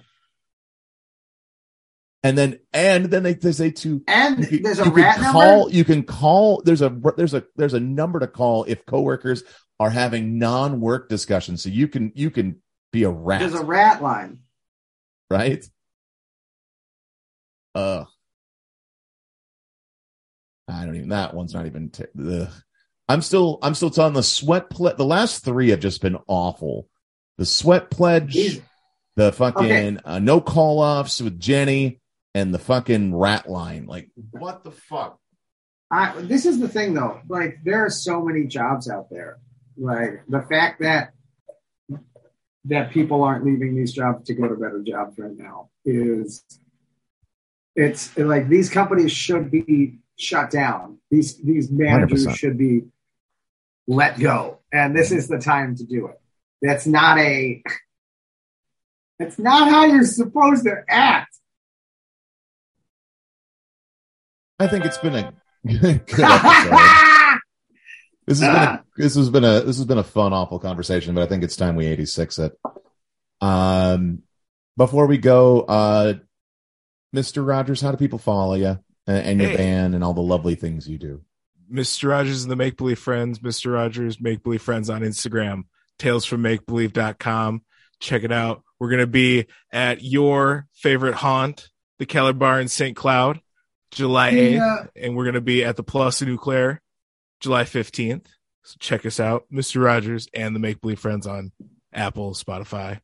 And then and then they, they say to And there's a you rat can call number. you can call there's a there's a there's a number to call if coworkers are having non-work discussions so you can you can be a rat There's a rat line. right uh i don't even that one's not even t- ugh. i'm still i'm still telling the sweat ple- the last three have just been awful the sweat pledge the fucking Okay. uh, no call offs with jenny and the fucking rat line like What the fuck? I, this is the thing, though. Like, there are so many jobs out there. Like the fact that that people aren't leaving these jobs to go to better jobs right now is it's like these companies should be shut down. These these managers 100%. should be let go, and this is the time to do it. That's not a. That's not how you're supposed to act. I think it's been a good episode. this has been a, this has been a this has been a fun, awful conversation, but I think it's time we eighty six it. Um, before we go, uh, Mister Rogers, how do people follow you and, and your Hey. band and all the lovely things you do? Mr. Rogers and the Make Believe Friends, Mr. Rogers Make Believe Friends on Instagram, tales from makebelieve.com. Check it out. We're going to be at your favorite haunt, the Keller Bar in St. Cloud, July 8th. Yeah. And we're going to be at the Plus in Eau Claire, July 15th. So check us out, Mr. Rogers and the Make Believe Friends on Apple, Spotify,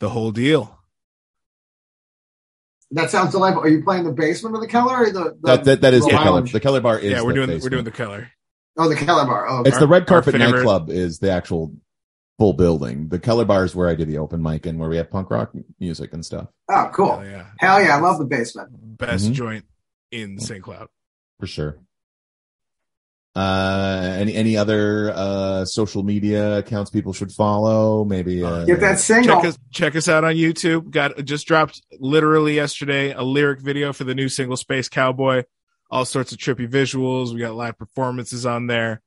the whole deal. That sounds delightful. Are you playing the basement of the Keller or the, the That that, that is the lounge? Keller. The Keller Bar is yeah, we're the doing we're basement. doing the Keller. Oh, the Keller Bar. Oh, okay. It's the red carpet favorite- nightclub is the actual full building. The Keller Bar is where I do the open mic and where we have punk rock music and stuff Oh, cool. Hell yeah. Hell yeah, I love the basement. Best Mhm. joint in St. Cloud. for sure. Uh, any any other uh social media accounts people should follow? Maybe uh, Check us, check us out on YouTube. Got just dropped literally yesterday a lyric video for the new single Space Cowboy. All sorts of trippy visuals. We got live performances on there.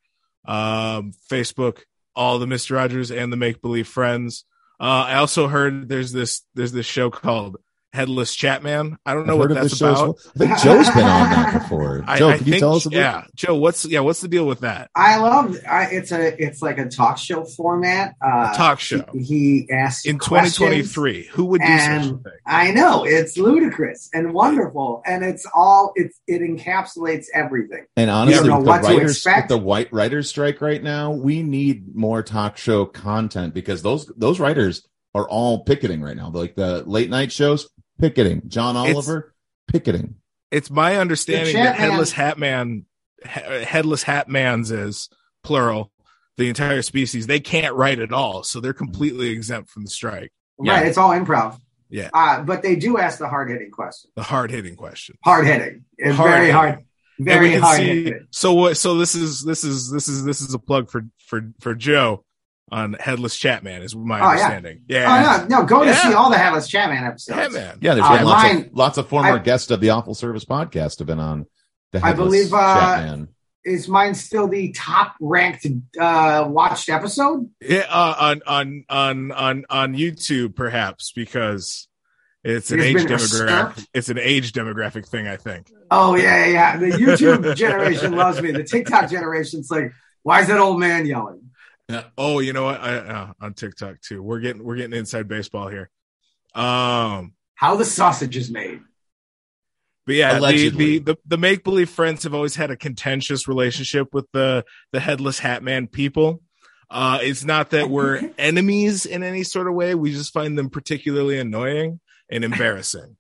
Um, Facebook, all the Mr. Rogers and the Make Believe Friends. Uh, I also heard there's this there's this show called Headless Chatman. I don't know what that's show as about. well. I think Joe's been on that before. I- Joe, I can you think- tell us? A bit? yeah, Joe, what's yeah, what's the deal with that? I love I, it's a it's like a talk show format. Uh, A talk show. He, he asked In 2023, who would do such a and I know it's ludicrous and wonderful, and it's all it's it encapsulates everything. And you honestly, don't with know the what to writers, expect. with the white writers strike right now, we need more talk show content because those those writers are all picketing right now. Like the late night shows, picketing. John It's- Oliver, picketing. It's my understanding The Chat that headless Man- hat man, he- headless hat man's is plural. The entire species they can't write at all, so they're completely exempt from the strike. Right, it's all improv. Yeah. uh, but they do ask the hard hitting question. The hard hitting question. Hard hitting, very hard, and we Very can high see. impact. So what? So this is this is this is this is a plug for for for Joe on Headless Chapman is my Oh, yeah. understanding. Yeah. Oh, no, no, go to Yeah. see all the Headless Chapman episodes. Yeah, man. Yeah, there's Uh, been lots, mine- of, lots of former I- guests of the Awful Service podcast have been on. The I Headless believe, uh, Chapman. Is mine still the top ranked uh, watched episode? Yeah, uh, on on on on on YouTube perhaps because it's an There's age been a demographic. It's an age demographic thing, I think. Oh yeah, yeah, yeah. The YouTube generation loves me. The TikTok generation's like, why is that old man yelling? Yeah. Oh, you know what? I, uh, on TikTok too. We're getting we're getting inside baseball here. Um, how the sausage is made. But yeah, the, Allegedly. the the the make believe friends have always had a contentious relationship with the the headless hat man people. Uh, it's not that we're enemies in any sort of way. We just find them particularly annoying and embarrassing.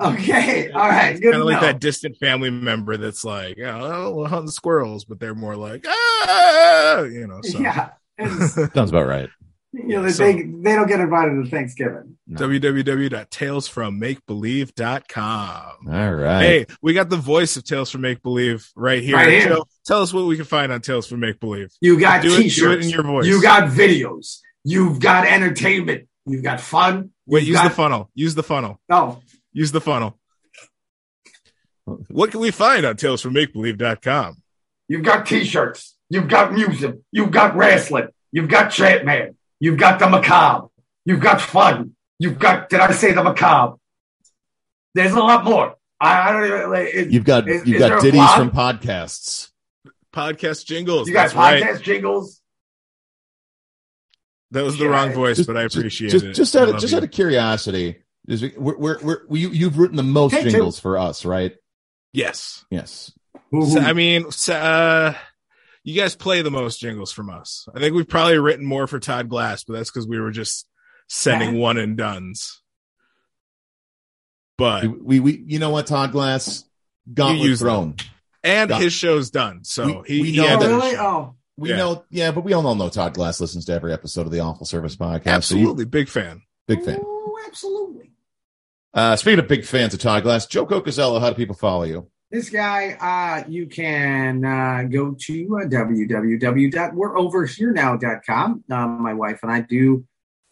Okay, all right, It's good Kind of like to know. that distant family member that's like, oh, we're hunting squirrels, but they're more like, ah, you know. So. Yeah. Sounds about right. You know, Yeah, so- they they don't get invited to Thanksgiving. www.talesfrommakebelieve.com. All right. Hey, we got the voice of Tales from Make Believe right here. Right here. Joe, tell us what we can find on Tales from Make Believe. You got do it- do it t-shirts. in your voice. You got videos. You've got entertainment. You've got fun. Oh, Wait, You've use got- the funnel. Use the funnel. No. Use the funnel. What can we find on Tales from Makebelieve.com? You've got t-shirts. You've got music. You've got wrestling. You've got Chapman. You've got the macabre. You've got fun. You've got. Did I say the macabre? There's a lot more. I, I don't even. Like, is- You've got is- you've is there got a ditties blog? from podcasts. Podcast jingles. You got That's right. podcast jingles. That was the wrong voice, but I appreciate Just it. just I out of, love just you. out of curiosity, is it- we're, we're, we're, you, you've written the most Take two. jingles for us, right? Yes. Yes. So, I mean, so, uh, you guys play the most jingles from us. I think we've probably written more for Todd Glass, but that's because we were just sending one and dones. But we, we we you know what Todd Glass You gauntlet use thrown. and Done. his show's done, so We- he, we he know had that- to- Really? Oh. We Yeah. know, yeah, but we all know Todd Glass listens to every episode of the Awful Service podcast. So you- absolutely big fan. big fan. Oh, absolutely. Uh, speaking of big fans of Todd Glass, Joe Cocazello, how do people follow you? This guy, uh, you can uh, go to uh, www.we'reoverherenow.com. Uh, my wife and I do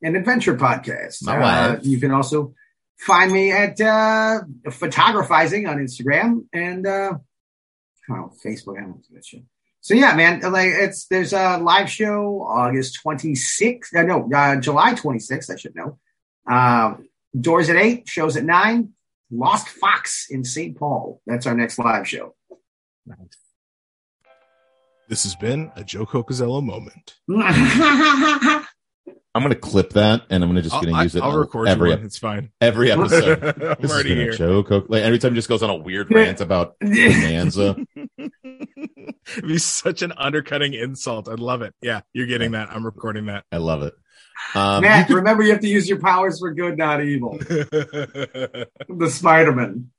an adventure podcast. My Uh, wife. you can also find me at uh, Photographizing on Instagram and uh, I don't know, Facebook. I don't know that shit. So yeah, man, uh, like it's there's a live show August 26th. Uh, no, uh, July 26th. I should know. Uh, doors at eight, shows at nine. Lost Fox in St. Paul. That's our next live show. This has been a Joe Cocazello moment. I'm going to clip that, and I'm going to just going to I'll- use it. I'll on record you every one. It's fine. Every episode. I'm This has already been a here. Joe Coca. Like, every time he just goes on a weird rant about Bonanza. It'd be such an undercutting insult. I'd love it. Yeah, you're getting that. I'm recording that. I love it. Um, Matt, remember you have to use your powers for good, not evil. the Spider-Man.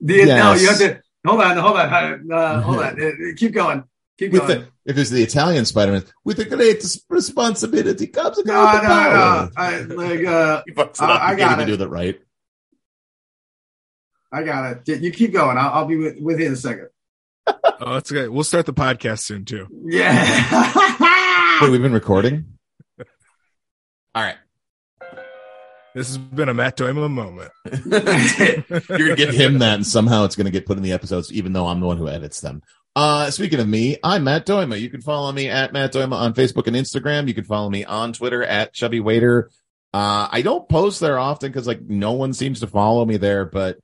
The, No, Yes. you have to hold on, hold on, uh, hold on. Uh, keep going, keep with going. the, if it's the Italian Spider Man, with the great responsibility comes a great no, no, power. no. I, like, uh, He fucks it I, up. I You got can't even it. do that right. I got it. You keep going. I'll, I'll be with, with you in a second. Oh, that's good. We'll start the podcast soon too. Yeah. Wait, we've been recording? All right. This has been a Matt Doima moment. You're gonna give him that, and somehow it's gonna get put in the episodes, even though I'm the one who edits them. Uh, speaking of me, I'm Matt Doima. You can follow me at Matt Doima on Facebook and Instagram. You can follow me on Twitter at Chubby Waiter. Uh, I don't post there often because like no one seems to follow me there, but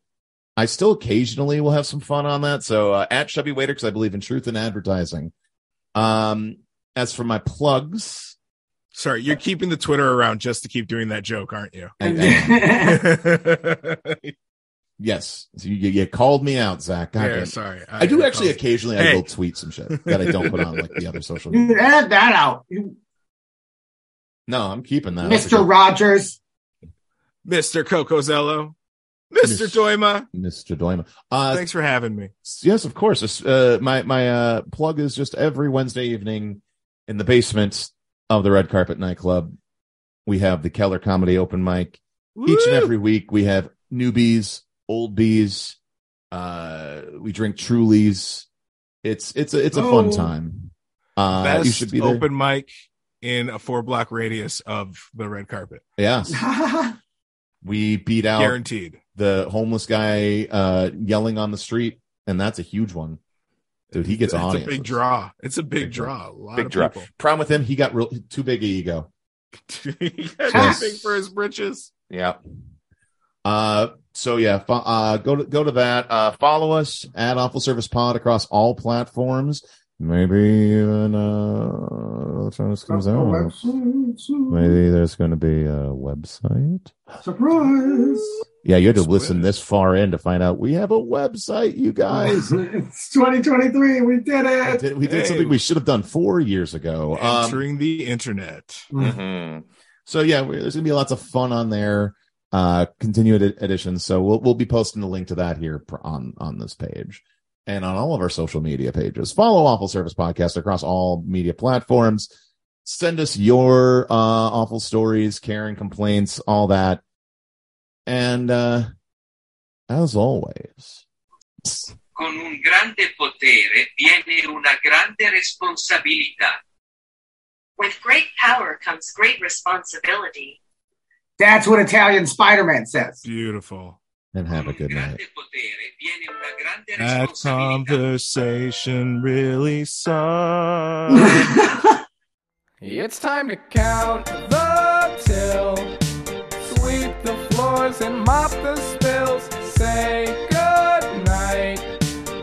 I still occasionally will have some fun on that. So uh, at Chubby Waiter because I believe in truth in advertising. Um, as for my plugs, Sorry, you're keeping the Twitter around just to keep doing that joke, aren't you? yes, so you, you called me out, Zach. God Yeah, damn it. sorry. I, I- do I actually called- occasionally. I Hey. will tweet some shit that I don't put on like the other social. media. You edit that out, You- No, I'm keeping that. That's a Mr. Rogers. Mr. Cocozello, Mr. Doima. good- Mr. Doima. Uh, Thanks for having me. Yes, of course. This, Uh, my my uh, plug is just every Wednesday evening in the basement of the Red Carpet Nightclub. We have the Keller Comedy Open Mic each and every week. We have newbies, old bees. Uh, we drink Trulies. It's it's a, it's a Oh. fun time. Uh, Best you should be there. open mic in a four block radius of the red carpet. Yes. we beat out Guaranteed. the homeless guy uh, yelling on the street, and that's a huge one. Dude, he gets it's on a big draw. It's a big, draw. A lot Big of draw. people. Problem with him, he got real too big an ego. He had Just- big for his britches. Yeah. Uh, so yeah, fo- uh, go to go to that. Uh, follow us at Awful Service Pod across all platforms. Maybe even uh, when this comes out. Maybe there's going to be a website. Surprise! Yeah, you had to listen this far in to find out we have a website, you guys. it's 2023. We did it. We did, we did something we should have done four years ago. Um, Entering the internet. So yeah, we there's gonna be lots of fun on there. Uh, continued ed- editions. So we'll we'll be posting the link to that here pr- on on this page and on all of our social media pages. Follow Awful Service Podcast across all media platforms. Send us your uh, awful stories, Karen complaints, all that. And uh, as always, Con un grande potere viene una grande responsabilità. With great power comes great responsibility. That's what Italian Spider Man says. Beautiful. and have a good night. That conversation really sucks. It's time to count the till, sweep the floors and mop the spills, say goodnight,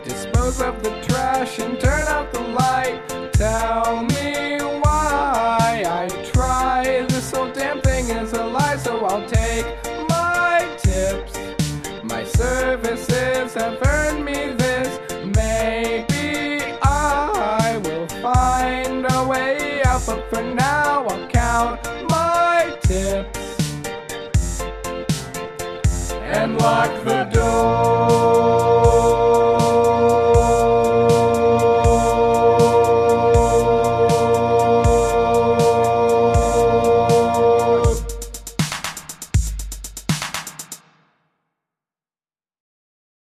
dispose of the trash and turn out the light. Tell me why I try. This whole damn thing is a lie, so I'll take my tips. My services have earned me this. Maybe I will find a way out, but for now I'll count my tips and lock the door.